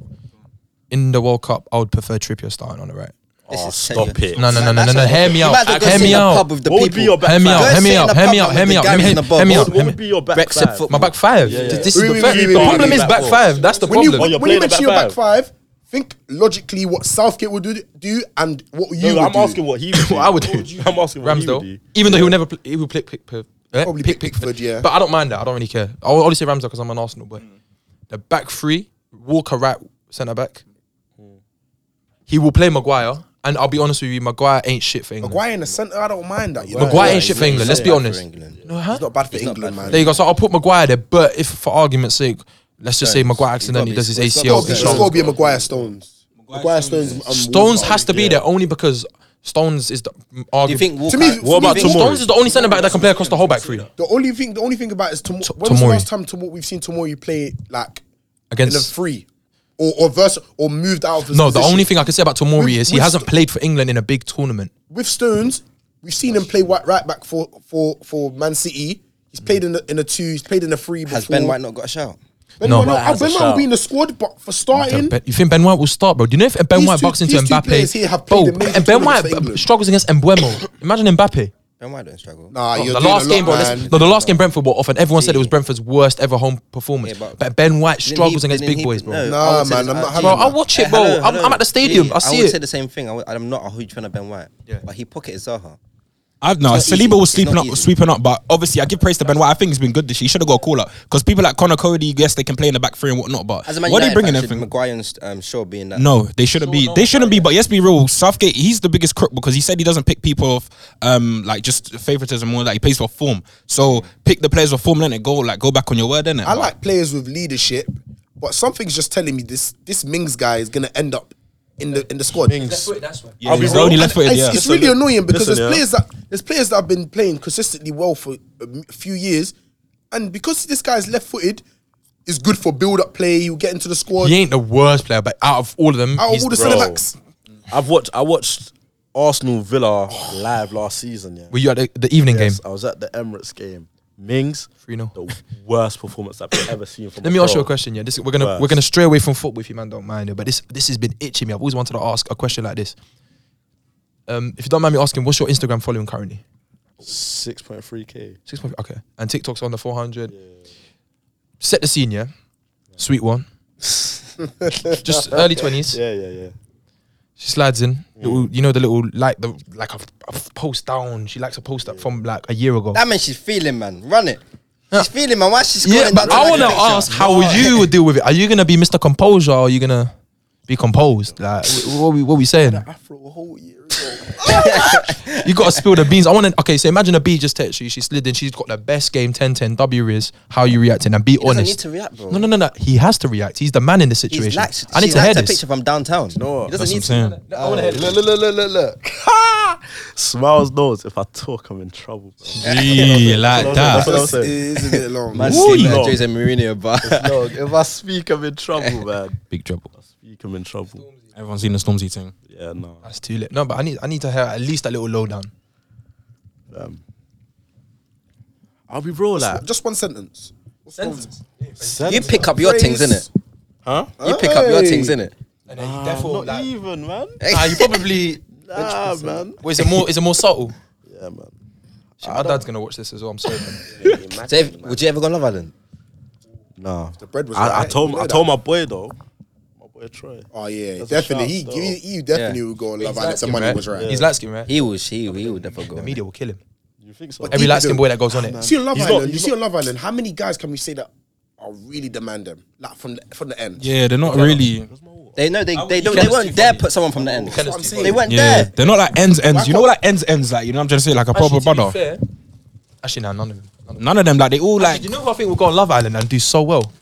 Speaker 5: In the World Cup, I would prefer Trippier starting on the right.
Speaker 2: This
Speaker 3: Oh,
Speaker 2: is
Speaker 3: stop
Speaker 2: tenure.
Speaker 3: it.
Speaker 5: No, no, no, no, no, no. Hear me
Speaker 2: You might
Speaker 5: out.
Speaker 2: as well go
Speaker 5: Hear
Speaker 2: sit in
Speaker 5: me
Speaker 2: the pub
Speaker 5: out.
Speaker 2: with the
Speaker 3: What would
Speaker 2: people.
Speaker 3: be your back
Speaker 5: Hear me
Speaker 2: Go
Speaker 5: out.
Speaker 2: sit
Speaker 5: Hear me
Speaker 2: in
Speaker 5: out.
Speaker 2: the
Speaker 5: Hear
Speaker 2: pub
Speaker 5: me out.
Speaker 2: with
Speaker 5: Hear me
Speaker 2: the
Speaker 5: out.
Speaker 2: guys
Speaker 5: Let me
Speaker 2: in the
Speaker 5: hear me
Speaker 2: bar.
Speaker 5: out. Hear me out.
Speaker 3: What would be your back
Speaker 5: Brexit
Speaker 3: five?
Speaker 5: for my back five.
Speaker 3: Yeah, yeah.
Speaker 5: Th- This is
Speaker 4: Wait,
Speaker 5: the
Speaker 4: wait,
Speaker 5: fact.
Speaker 4: wait,
Speaker 5: The
Speaker 4: wait,
Speaker 5: problem
Speaker 4: wait,
Speaker 5: is
Speaker 4: wait,
Speaker 5: back
Speaker 4: wait.
Speaker 5: five. That's the
Speaker 4: When you
Speaker 5: problem.
Speaker 3: Oh, you're
Speaker 4: when you
Speaker 3: playing
Speaker 4: mention
Speaker 3: the
Speaker 4: your
Speaker 3: back
Speaker 4: back five, think logically what Southgate would do do and what you
Speaker 3: No,
Speaker 4: would
Speaker 3: I'm
Speaker 4: do.
Speaker 3: asking what he would do.
Speaker 5: What I would do.
Speaker 3: I'm asking what he would
Speaker 5: Ramsdale.
Speaker 3: do.
Speaker 5: Even though he would never, pl- he would pick pick pick. eh?
Speaker 4: Probably
Speaker 5: pick
Speaker 4: pick
Speaker 5: Pickford,
Speaker 4: Pickford, yeah.
Speaker 5: But I don't mind that. I don't really care. I'll only say Ramsdale because I'm an Arsenal boy. The back three, Walker right centre back. He will play Maguire, and I'll be honest with you, Maguire ain't shit for England. Maguire,
Speaker 4: Maguire in the centre, I don't mind that. you know.
Speaker 5: Maguire ain't shit for England. Let's
Speaker 2: bad
Speaker 5: be
Speaker 2: for
Speaker 5: honest.
Speaker 2: England.
Speaker 5: No, huh?
Speaker 4: It's not bad for
Speaker 2: He's not
Speaker 4: England,
Speaker 2: bad for
Speaker 4: man.
Speaker 5: There you go. So I'll put Maguire there, but if for argument's sake, let's just say
Speaker 2: Stones.
Speaker 5: Maguire
Speaker 2: He's gotta
Speaker 5: accidentally
Speaker 2: be-
Speaker 5: does his
Speaker 2: he's gotta
Speaker 5: ACL.
Speaker 2: be-
Speaker 4: It's
Speaker 5: Stones.
Speaker 4: got to be a Maguire Stones. Maguire
Speaker 1: Stones.
Speaker 4: Stones. and
Speaker 5: Stones
Speaker 4: Walcott.
Speaker 5: has to be there only because Stones is the argument.
Speaker 2: Do you think Walker?
Speaker 4: me-
Speaker 2: do
Speaker 4: what
Speaker 2: you
Speaker 3: about
Speaker 2: think-
Speaker 3: tomorrow?
Speaker 5: Stones is the only centre back that can play across the whole back three
Speaker 4: The only thing, the only thing about is Tom-
Speaker 5: T-
Speaker 4: when was the
Speaker 5: Tomori.
Speaker 4: last time Tomo- we've seen Tomori play like in a
Speaker 5: against.
Speaker 4: free or or verse or moved out of his
Speaker 5: No, the
Speaker 4: position.
Speaker 5: only thing I can say about Tomori
Speaker 4: With-
Speaker 5: is he
Speaker 4: with-
Speaker 5: hasn't played for England in a big tournament.
Speaker 4: with Stones, we've seen him play right, right back for for for Man City. He's played in the in a two. He's played in the three before.
Speaker 2: Has Ben White not got a shout?
Speaker 4: Ben
Speaker 5: No.
Speaker 4: White,
Speaker 5: White
Speaker 4: no,
Speaker 3: has a
Speaker 4: Ben White will
Speaker 3: shout.
Speaker 4: be in the squad, but for
Speaker 5: Don't
Speaker 4: starting,
Speaker 5: Ben- You think Ben White will start, bro? Do you know if Ben
Speaker 4: These
Speaker 5: White
Speaker 4: two-
Speaker 5: bucks into
Speaker 4: these two players here
Speaker 5: Mbappe,
Speaker 4: have
Speaker 5: bro,
Speaker 4: played amazing
Speaker 5: and Ben White
Speaker 4: tournaments for England.
Speaker 5: struggles against Embuemo. Imagine Mbappe.
Speaker 2: Ben White don't struggle.
Speaker 4: nah,
Speaker 5: Bro,
Speaker 4: you're
Speaker 5: Oh, the
Speaker 4: doing
Speaker 5: last
Speaker 4: a lot,
Speaker 5: game, bro.
Speaker 4: man.
Speaker 5: this- No, the last game Brentford were off, and everyone said it was Brentford's worst ever home performance.
Speaker 2: Yeah,
Speaker 5: but,
Speaker 2: but-
Speaker 5: Ben White
Speaker 2: Didn't he-
Speaker 5: struggles against
Speaker 2: didn't
Speaker 5: big
Speaker 2: he-
Speaker 5: boys, bro.
Speaker 2: no,
Speaker 4: Nah,
Speaker 2: I would say
Speaker 4: man,
Speaker 2: this-
Speaker 4: I'm not
Speaker 2: I-
Speaker 4: having
Speaker 5: Bro,
Speaker 4: that.
Speaker 5: I watch it, bro.
Speaker 2: Hello,
Speaker 5: I'm,
Speaker 2: hello.
Speaker 5: I'm at the stadium.
Speaker 2: Gee,
Speaker 5: I see
Speaker 2: would say
Speaker 5: it.
Speaker 2: the same thing. I would, I'm not a huge fan of Ben White, but he pocketed Zaha.
Speaker 1: I don't know.
Speaker 2: It's not
Speaker 1: Saliba
Speaker 2: easy.
Speaker 1: was
Speaker 2: It's
Speaker 1: sleeping
Speaker 2: not
Speaker 1: up,
Speaker 2: easy.
Speaker 1: sweeping up, but obviously I give praise to Ben White. I think he's been good this year. He should have got a call up because people like Connor Cody, yes, they can play in the back three and whatnot, but
Speaker 2: As a man
Speaker 1: what are they
Speaker 2: United
Speaker 1: bringing
Speaker 2: fan, should
Speaker 1: anything?
Speaker 2: Maguire and um, Shaw being that.
Speaker 1: No, they shouldn't be. they shouldn't be. But yes, be real. Southgate, he's the biggest crook because he said he doesn't pick people off um like just favoritism more. Like he plays for form. So pick the players for form, then it go like go back on your word, then it.
Speaker 4: I like players with leadership, but something's just telling me this this Mings guy is gonna end up in the in the squad.
Speaker 1: Yeah, he's
Speaker 3: I'll be
Speaker 1: only
Speaker 3: real.
Speaker 1: left footed.
Speaker 4: It's,
Speaker 1: Yeah.
Speaker 4: it's really annoying because
Speaker 3: listen,
Speaker 4: there's
Speaker 3: yeah.
Speaker 4: players that there's players that have been playing consistently well for a m- few years, and because this guy's left footed, is good for build up play. He'll get into the squad.
Speaker 5: He ain't the worst player, but out of all of them,
Speaker 4: Out of
Speaker 5: he's
Speaker 4: all the
Speaker 5: the-
Speaker 4: centre backs,
Speaker 3: I've watched. I watched Arsenal Villa live last season. Yeah,
Speaker 5: were you at the, the evening
Speaker 3: Yes,
Speaker 5: game?
Speaker 3: I was at the Emirates game. Mings,
Speaker 5: 3-0.
Speaker 3: the worst performance I've ever seen from.
Speaker 5: Let me ask you a
Speaker 3: pro.
Speaker 5: question. Yeah, this, we're gonna we're
Speaker 3: Worst.
Speaker 5: gonna stray away from football if you man don't mind. Yeah, but this this has been itching me. I've always wanted to ask a question like this. Um, if you don't mind me asking, what's your Instagram following currently?
Speaker 3: Six point three k.
Speaker 5: Six point. Okay. And TikTok's on the 400. Set the scene, yeah. Sweet one. Just early 20s.
Speaker 3: Yeah, yeah, yeah.
Speaker 5: She slides in. Little, you know the little like the like a, a post down. She likes a post up from like a year ago.
Speaker 2: That man, she's feeling, man. Run it. She's feeling, man. Why she's
Speaker 5: Yeah,
Speaker 2: scrolling
Speaker 5: but
Speaker 2: down
Speaker 5: I
Speaker 2: like
Speaker 5: want to
Speaker 2: a picture?
Speaker 5: ask how you would deal with it. Are you gonna be Mr. Composure or are you gonna be composed? Like, wh- what we what we saying?
Speaker 4: Afro a whole year ago.
Speaker 5: You gotta spill the beans. I want to. Okay, so imagine a B just text you. She slid in. She's got the best game. 10-10, W Riz. How you reacting? And be
Speaker 2: doesn't
Speaker 5: honest.
Speaker 2: need to react, bro.
Speaker 5: No, no, no, no. He has to react. He's the man in the situation.
Speaker 2: He's likes,
Speaker 5: I need
Speaker 2: she
Speaker 5: to hear
Speaker 2: likes a
Speaker 5: this.
Speaker 2: picture from downtown.
Speaker 3: know what?
Speaker 2: he doesn't
Speaker 1: That's what I'm
Speaker 2: need
Speaker 1: saying.
Speaker 2: to.
Speaker 5: I want to hear this.
Speaker 3: Look, look, look, look, look, look. Smiles knows if I talk, I'm in trouble. Bro.
Speaker 1: Gee, like
Speaker 3: That's what
Speaker 1: that.
Speaker 3: I'm
Speaker 4: It
Speaker 3: saying.
Speaker 4: is a bit long.
Speaker 2: Man,
Speaker 3: Ooh,
Speaker 2: she's like
Speaker 3: no.
Speaker 2: Jose Mourinho, but
Speaker 3: Dog, if I speak, I'm in trouble, man.
Speaker 1: Big trouble.
Speaker 3: Speak, I'm in trouble.
Speaker 1: Everyone's seen the Stormzy thing.
Speaker 3: Yeah, no.
Speaker 5: That's too late. No, but I need I need to hear at least a little lowdown.
Speaker 3: Um, I'll be real, like,
Speaker 4: Just one sentence. What's wrong with-
Speaker 2: you pick up your things,
Speaker 4: Phrase.
Speaker 2: innit?
Speaker 3: huh?
Speaker 2: You pick up your
Speaker 4: Hey.
Speaker 2: things, innit?
Speaker 5: And then
Speaker 1: Ah,
Speaker 3: Nah,
Speaker 5: therefore,
Speaker 3: not
Speaker 5: like,
Speaker 3: even, man.
Speaker 5: nah, you probably.
Speaker 3: Nah, man.
Speaker 5: Well, is it more? Is it more subtle?
Speaker 3: Yeah, man.
Speaker 5: Shit, my dad's gonna watch this as well. I'm sorry. Man.
Speaker 2: So if- would you ever go on Love Island?
Speaker 3: No.
Speaker 4: The bread was.
Speaker 3: I, I
Speaker 4: alright,
Speaker 3: told
Speaker 4: you know
Speaker 3: I
Speaker 4: that.
Speaker 3: told my boy though, my boy Troy.
Speaker 4: Oh yeah,
Speaker 3: That's a
Speaker 4: definitely. He,
Speaker 3: shout,
Speaker 4: he, he definitely would go on Love Island. Some money
Speaker 5: right?
Speaker 4: was right.
Speaker 5: He's light skinned, right?
Speaker 2: He was, he, he would never go.
Speaker 5: The media will kill him.
Speaker 3: You think so?
Speaker 4: But
Speaker 5: Every
Speaker 4: Deep
Speaker 5: light skinned
Speaker 4: down.
Speaker 5: boy that goes on it.
Speaker 4: See on Love
Speaker 3: He's got-
Speaker 4: Island, you
Speaker 3: he's
Speaker 4: see on Love Island, how many guys can we say that are really demand them? Like from the, from the end.
Speaker 1: Yeah, they're not really.
Speaker 2: They know they
Speaker 1: I would-
Speaker 2: they
Speaker 1: you
Speaker 2: don't
Speaker 1: can't
Speaker 2: they won't
Speaker 1: see
Speaker 2: dare
Speaker 1: funny.
Speaker 2: put someone from the end.
Speaker 5: Can't
Speaker 4: That's what I'm
Speaker 5: see
Speaker 4: saying.
Speaker 2: They weren't
Speaker 1: Yeah,
Speaker 2: there.
Speaker 1: they're not like ends ends.
Speaker 4: Why
Speaker 1: You know
Speaker 4: can't-
Speaker 1: what like ends ends like. You know what I'm trying to say? Like a proper brother.
Speaker 5: Actually, nah, none of them. None of them.
Speaker 1: None of them like they all like
Speaker 5: Actually, you know who I think will go on Love Island and do so well?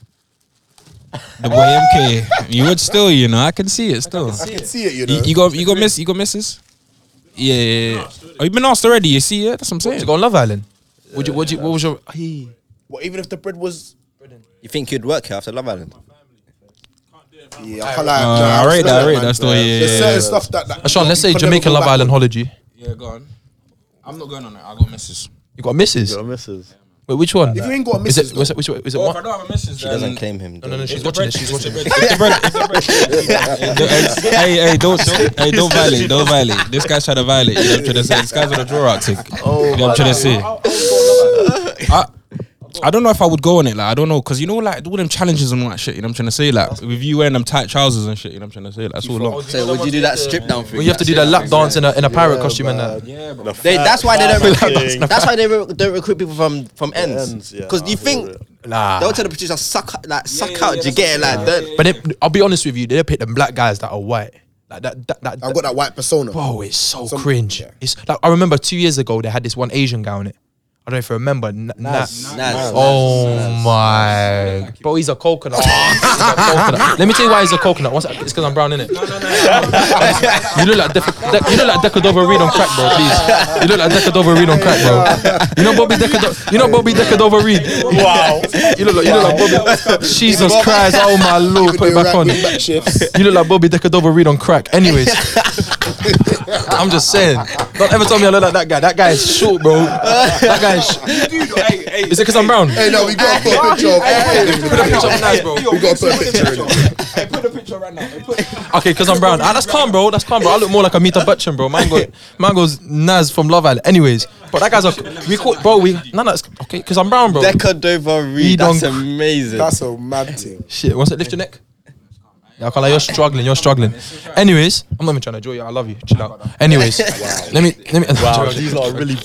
Speaker 1: the boy MK. You would still, you know. I can see it still.
Speaker 4: I can see it, you know.
Speaker 1: You, you got you got miss you got misses. Yeah, yeah, yeah. Oh, you've been asked already. You see, yeah, that's what I'm
Speaker 5: To
Speaker 1: saying.
Speaker 5: go on Love Island. Would you? Would you? What was your? Hey.
Speaker 4: Well, even if the bread was.
Speaker 2: You think you'd work here after Love Island?
Speaker 4: Yeah, I can't
Speaker 1: Uh,
Speaker 4: lie. Nah,
Speaker 1: I rate
Speaker 4: respect
Speaker 1: that. I rate
Speaker 4: man.
Speaker 1: that still. Yeah, yeah,
Speaker 4: There's
Speaker 1: yeah,
Speaker 4: certain
Speaker 1: yeah.
Speaker 4: stuff that. that
Speaker 5: Sean, let's say
Speaker 4: you can never
Speaker 5: Jamaican
Speaker 4: go
Speaker 5: Love
Speaker 4: back
Speaker 5: Island
Speaker 4: on.
Speaker 5: holiday.
Speaker 1: Yeah, go on. I'm not going on it. I got misses.
Speaker 5: You got misses.
Speaker 3: Your missus.
Speaker 5: Wait, which one?
Speaker 4: If you ain't got
Speaker 5: Is
Speaker 4: misses,
Speaker 5: it? Was it? Which one? Is it
Speaker 1: Well, if I
Speaker 5: one?
Speaker 1: don't have a missus,
Speaker 2: She doesn't claim him.
Speaker 5: No, no, no.
Speaker 2: though.
Speaker 5: She's watching this. She's watching this.
Speaker 1: Hey, hey, don't, don't, hey, don't violate, don't violate. This guy's trying to violate. You know what I'm trying to say? This guy's on a draw out tick. you know what I'm trying to say? Oh I, I don't know if I would go on it. Like, I don't know, cause you know, like all them challenges and all that shit. You know what I'm trying to say? Like, with you wearing them tight trousers and shit. You know what I'm trying to say? That's all long.
Speaker 2: So would you do that strip down thing?
Speaker 5: Well, you have to do that lap dance in a in a pirate costume and that.
Speaker 1: Yeah, bro.
Speaker 2: They, that's why they don't.
Speaker 3: That's
Speaker 2: Recruit, that's why they re- don't recruit people from from ends.
Speaker 3: ends, yeah,
Speaker 2: Because
Speaker 3: nah,
Speaker 2: you
Speaker 3: I hear
Speaker 2: think
Speaker 3: it.
Speaker 2: they'll tell the producer suck like suck
Speaker 1: yeah,
Speaker 2: out.
Speaker 1: yeah,
Speaker 2: you get it?
Speaker 1: that's
Speaker 2: Like
Speaker 1: what I'm
Speaker 2: don't-
Speaker 5: But it, I'll be honest with you, they pick them black guys that are white. Like that, that, that,
Speaker 4: I've got that white persona.
Speaker 5: Bro, it's so
Speaker 4: Some-
Speaker 5: cringe.
Speaker 4: yeah.
Speaker 5: It's like I remember two years ago they had this one Asian guy on it. I don't know if you remember. N- Nas.
Speaker 2: Nas.
Speaker 5: Oh my, bro, he's a coconut. He's a coconut. Let me tell you why he's a coconut. One sec, it's because I'm brown in it. you look like Def- De- you look like Decadova Reed on crack, bro. Please, you look like Decadova Reed on crack, bro. You know Bobby Decadova. You know Bobby Decadova Reed.
Speaker 3: Wow.
Speaker 5: You look like you look like Bobby. Jesus Christ! Oh my lord, put it back on.
Speaker 4: Back shifts.
Speaker 5: You look like Bobby Decadova read on crack. Anyways, I'm just saying. Don't ever tell me I look like that guy. That guy is short, bro. That guy is. Sh- is it because I'm brown?
Speaker 4: Hey, no, we got to put a picture.
Speaker 5: Put a picture of Nas, bro.
Speaker 4: We got to put a picture. in it.
Speaker 1: put a picture right now.
Speaker 5: Okay, because I'm brown. Ah, that's calm, bro. That's calm, bro. I look more like a Mita Butchin, bro. Mine go- mine goes Nas from Love Island. Anyways, but that guy's a we call bro. We no, no, it's okay because I'm brown, bro.
Speaker 2: Deca Dover Reed.
Speaker 5: don't-
Speaker 2: That's amazing.
Speaker 4: That's a mad thing.
Speaker 5: Shit, once it lift your neck. Yeah, I can't lie, you're struggling, you're struggling. Anyways, I'm not even trying to enjoy you, I love you, chill out. Anyways, let me, let me.
Speaker 3: Wow, these lot are really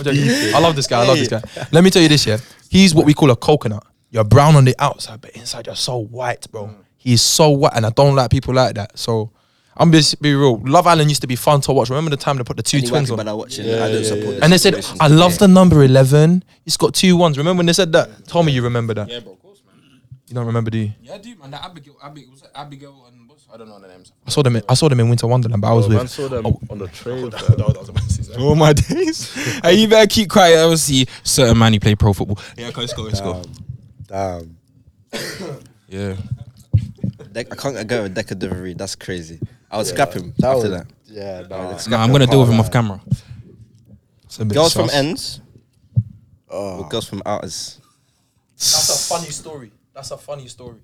Speaker 5: I love this guy, I love this guy. Let me tell you this, yeah. He's what we call a coconut. You're brown on the outside, but inside you're so white, bro. He's so white, and I don't like people like that. So, I'm just be real. Love Island used to be fun to watch. Remember the time they put the two
Speaker 2: Any
Speaker 5: twins
Speaker 2: wacky
Speaker 5: on?
Speaker 3: uh,
Speaker 2: man are watching, I don't support this
Speaker 5: And they said,
Speaker 2: situation.
Speaker 5: I love the number 11. It's got two ones. Remember when they said that? Tell me you remember that.
Speaker 1: Yeah, bro. Of course, man.
Speaker 5: You don't remember, do you?
Speaker 1: Yeah, I do, man. That Abigail, Abigail, was it Abigail and what's, I don't know the names.
Speaker 5: I saw them. In, I saw them in Winter Wonderland, but I was
Speaker 3: Bro, man
Speaker 5: with.
Speaker 3: saw them on the train.
Speaker 1: All my days. hey, you better keep quiet. I will see certain man who play pro football. Yeah, let's go, let's go.
Speaker 3: Damn.
Speaker 1: Yeah.
Speaker 2: Dec- I can't go with Deca Dover Reed. That's crazy. I would scrap him after that.
Speaker 3: Yeah,
Speaker 2: I
Speaker 3: nah.
Speaker 2: would scrap
Speaker 1: Nah, I'm gonna
Speaker 2: him.
Speaker 1: deal with him off camera.
Speaker 5: It's a bit
Speaker 2: Girls from
Speaker 5: sus.
Speaker 2: ends.
Speaker 4: Oh.
Speaker 2: Or girls from outers.
Speaker 5: That's a funny story. That's a funny story.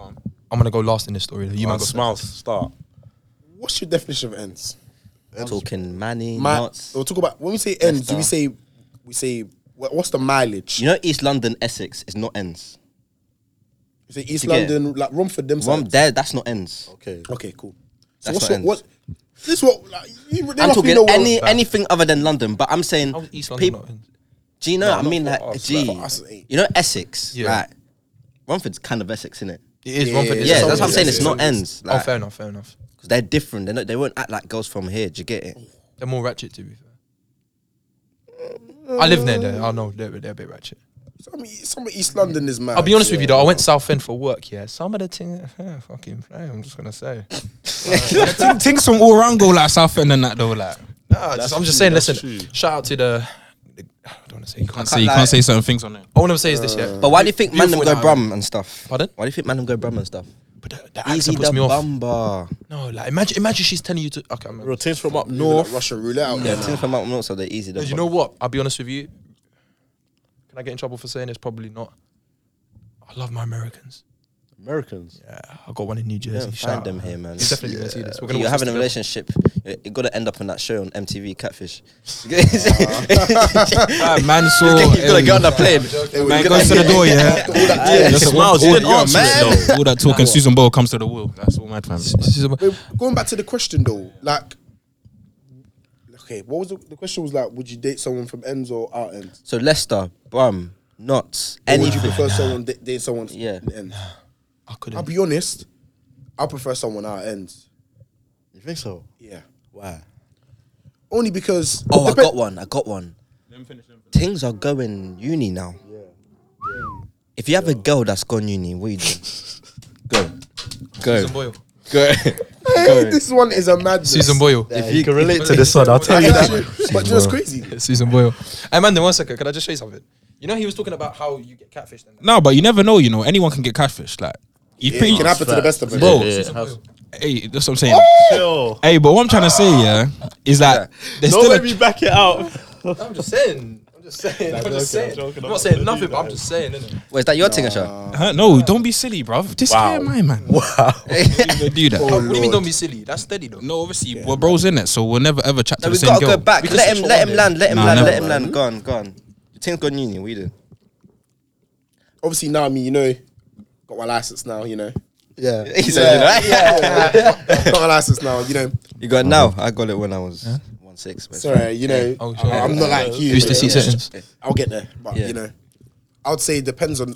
Speaker 5: I'm gonna go last in this story. Though. You might go smile.
Speaker 3: smiles. Start.
Speaker 4: What's your definition of ends?
Speaker 2: Talking Manny,
Speaker 4: Ma- Oh.
Speaker 2: nuts.
Speaker 4: we'll talk about when we say ends. Do we
Speaker 2: down.
Speaker 4: say we say wha- what's the mileage?
Speaker 2: You know, East London, Essex is not ends.
Speaker 4: You say East
Speaker 2: to get-
Speaker 4: London, like Romford, them
Speaker 2: Rum
Speaker 4: sides.
Speaker 2: there, that's not ends.
Speaker 6: Okay.
Speaker 4: Okay, cool. So
Speaker 2: That's
Speaker 4: what's
Speaker 2: what
Speaker 4: your,
Speaker 2: ends.
Speaker 4: what? This what? Like, you, they
Speaker 2: I'm
Speaker 4: must be
Speaker 2: talking
Speaker 4: know what-
Speaker 2: any anything other than London, but I'm saying
Speaker 5: How is East London
Speaker 2: peop-
Speaker 5: not in?
Speaker 2: Do you know? I mean, like,
Speaker 4: us,
Speaker 2: gee,
Speaker 4: like, for us, it ain't.
Speaker 2: you know, Essex,
Speaker 5: Yeah.
Speaker 2: right? Rumford's kind of Essex, isn't it?
Speaker 5: It is Romford. is
Speaker 2: Yeah,
Speaker 5: Essex.
Speaker 2: that's what I'm saying.
Speaker 4: yeah,
Speaker 2: It's
Speaker 4: yeah,
Speaker 2: not ends.
Speaker 5: Oh,
Speaker 2: Like,
Speaker 5: fair enough, fair enough.
Speaker 2: 'cause they're different. They're not, they won't act like girls from here. Do you get it?
Speaker 5: They're more ratchet, to be fair. I live near there. I know they're, they're a bit ratchet.
Speaker 4: Some, of- some of East London is mad.
Speaker 5: I'll be honest with you though. I went South End for work. Yeah, some of the things, fucking play. I'm just gonna say.
Speaker 1: Ting- Things from all around go like South End and that though. Like
Speaker 5: Nah, just- I'm just saying.
Speaker 6: that's
Speaker 5: Listen,
Speaker 6: true.
Speaker 5: shout out to the. the- I don't want to say. You
Speaker 1: can't
Speaker 5: can't
Speaker 1: say
Speaker 5: say.
Speaker 1: you
Speaker 2: like-
Speaker 1: can't say certain things on it.
Speaker 5: All I'm gonna say is this. Yeah,
Speaker 2: But why do you think man them
Speaker 1: beautiful
Speaker 2: go
Speaker 1: now.
Speaker 2: brum and stuff?
Speaker 5: Pardon?
Speaker 2: Why do you think man them go brum and stuff?
Speaker 5: but the, the
Speaker 2: Easy
Speaker 5: accent puts
Speaker 2: the
Speaker 5: me off.
Speaker 2: bumba.
Speaker 5: No, like imagine, imagine she's telling you to. Okay, I'm,
Speaker 3: Real things from up
Speaker 4: North
Speaker 3: north.
Speaker 4: Russian roulette out
Speaker 2: Yeah,
Speaker 4: there.
Speaker 2: things from up north, so they're easy. The
Speaker 5: And you know what? I'll be honest with you. Can I get in trouble for saying this? Probably not. I love my Americans.
Speaker 6: Americans.
Speaker 5: Yeah, I got one in New
Speaker 2: You
Speaker 5: Jersey.
Speaker 2: don't
Speaker 5: Shout
Speaker 2: find
Speaker 5: out.
Speaker 2: them here, man.
Speaker 5: You're definitely gonna see this. We're gonna
Speaker 2: You're
Speaker 5: watch
Speaker 2: having
Speaker 5: this
Speaker 2: a
Speaker 5: together.
Speaker 2: relationship. You got to end up on that show on MTV, Catfish.
Speaker 5: Ah.
Speaker 1: man saw.
Speaker 5: Oh,
Speaker 2: You've got to get on the plane.
Speaker 1: Man goes to the door, yeah.
Speaker 2: Yeah,
Speaker 1: Listen,
Speaker 3: smiles,
Speaker 1: all-
Speaker 3: you didn't
Speaker 1: all-
Speaker 3: answer it,
Speaker 1: All that talking, Susan Boyle comes to the wheel. That's all mad, fam.
Speaker 5: This is a-
Speaker 4: Wait, going back to the question though, like, okay, what was the, the question? Was like, would you date someone from ends or out ends?
Speaker 2: So Leicester, brum, knots,
Speaker 4: Or would you
Speaker 2: anything.
Speaker 4: prefer someone da- date someone? from
Speaker 2: Yeah.
Speaker 4: ends?
Speaker 5: I
Speaker 4: I'll
Speaker 5: couldn't.
Speaker 4: be honest, I prefer someone out ends.
Speaker 6: You think so?
Speaker 4: Yeah,
Speaker 6: Why?
Speaker 4: only because
Speaker 2: Oh, I
Speaker 4: depend-
Speaker 2: got one. I got one. Things are going uni now. If you have a girl that's gone uni, what you doing? Go. Go.
Speaker 5: Susan Boyle.
Speaker 2: Go.
Speaker 4: Hey, this one is a mad
Speaker 5: Susan Boyle.
Speaker 6: If you can relate to this one, I'll tell you that.
Speaker 4: but just crazy.
Speaker 5: Susan Boyle. oh. Hey, man, then one second. Can I just show you something? You know, he was talking about how you get catfished. And that.
Speaker 1: No, but you never know. You know, anyone can get catfished. Like you
Speaker 4: Yeah,
Speaker 1: pretty-
Speaker 4: it can happen to the best of us.
Speaker 1: Bro,
Speaker 6: Yeah,
Speaker 1: Hey, that's what I'm saying.
Speaker 3: Oh!
Speaker 6: Yo,
Speaker 1: Hey, but what I'm trying to say, yeah, is that there's
Speaker 6: don't
Speaker 1: still
Speaker 6: let
Speaker 1: a,
Speaker 6: me back it out.
Speaker 5: I'm just saying. I'm just saying. I'm just
Speaker 6: joking, I'm
Speaker 5: saying.
Speaker 6: joking,
Speaker 5: I'm
Speaker 6: I'm
Speaker 5: not
Speaker 6: not
Speaker 5: saying
Speaker 6: gonna
Speaker 5: nothing,
Speaker 6: do
Speaker 5: but I'm
Speaker 6: that.
Speaker 5: just saying, innit?
Speaker 2: Where's that your thing, Asha?
Speaker 1: huh, no. Don't be silly, bruv. This guy, my man.
Speaker 6: Wow.
Speaker 1: Don't even do that.
Speaker 5: What do you mean don't be silly? That's steady, though.
Speaker 1: No, obviously we're bros in it, so we'll never ever chat to the
Speaker 2: No, we
Speaker 1: same
Speaker 2: gotta
Speaker 1: girl.
Speaker 2: go back.
Speaker 5: can
Speaker 2: Let
Speaker 5: switch
Speaker 2: him.
Speaker 5: it
Speaker 2: Let
Speaker 5: on
Speaker 2: him
Speaker 5: then.
Speaker 2: land. Let him
Speaker 1: Nah,
Speaker 2: land.
Speaker 1: never,
Speaker 2: Let him land. Go on. Go on. Your thing's gone uni. What you doing?
Speaker 4: Obviously now, I mean, you know, got my license now. You know,
Speaker 6: Yeah.
Speaker 2: He said, you know.
Speaker 4: got my license now. You know,
Speaker 2: You got it now. I got it when I was one six. but-
Speaker 4: sorry, you know,
Speaker 5: Oh, sure.
Speaker 4: I- I'm not like you.
Speaker 5: Who's
Speaker 4: but
Speaker 5: the C
Speaker 4: yeah.
Speaker 5: sentence?
Speaker 4: I'll get there, but
Speaker 2: Yeah.
Speaker 4: you know, I would say it depends on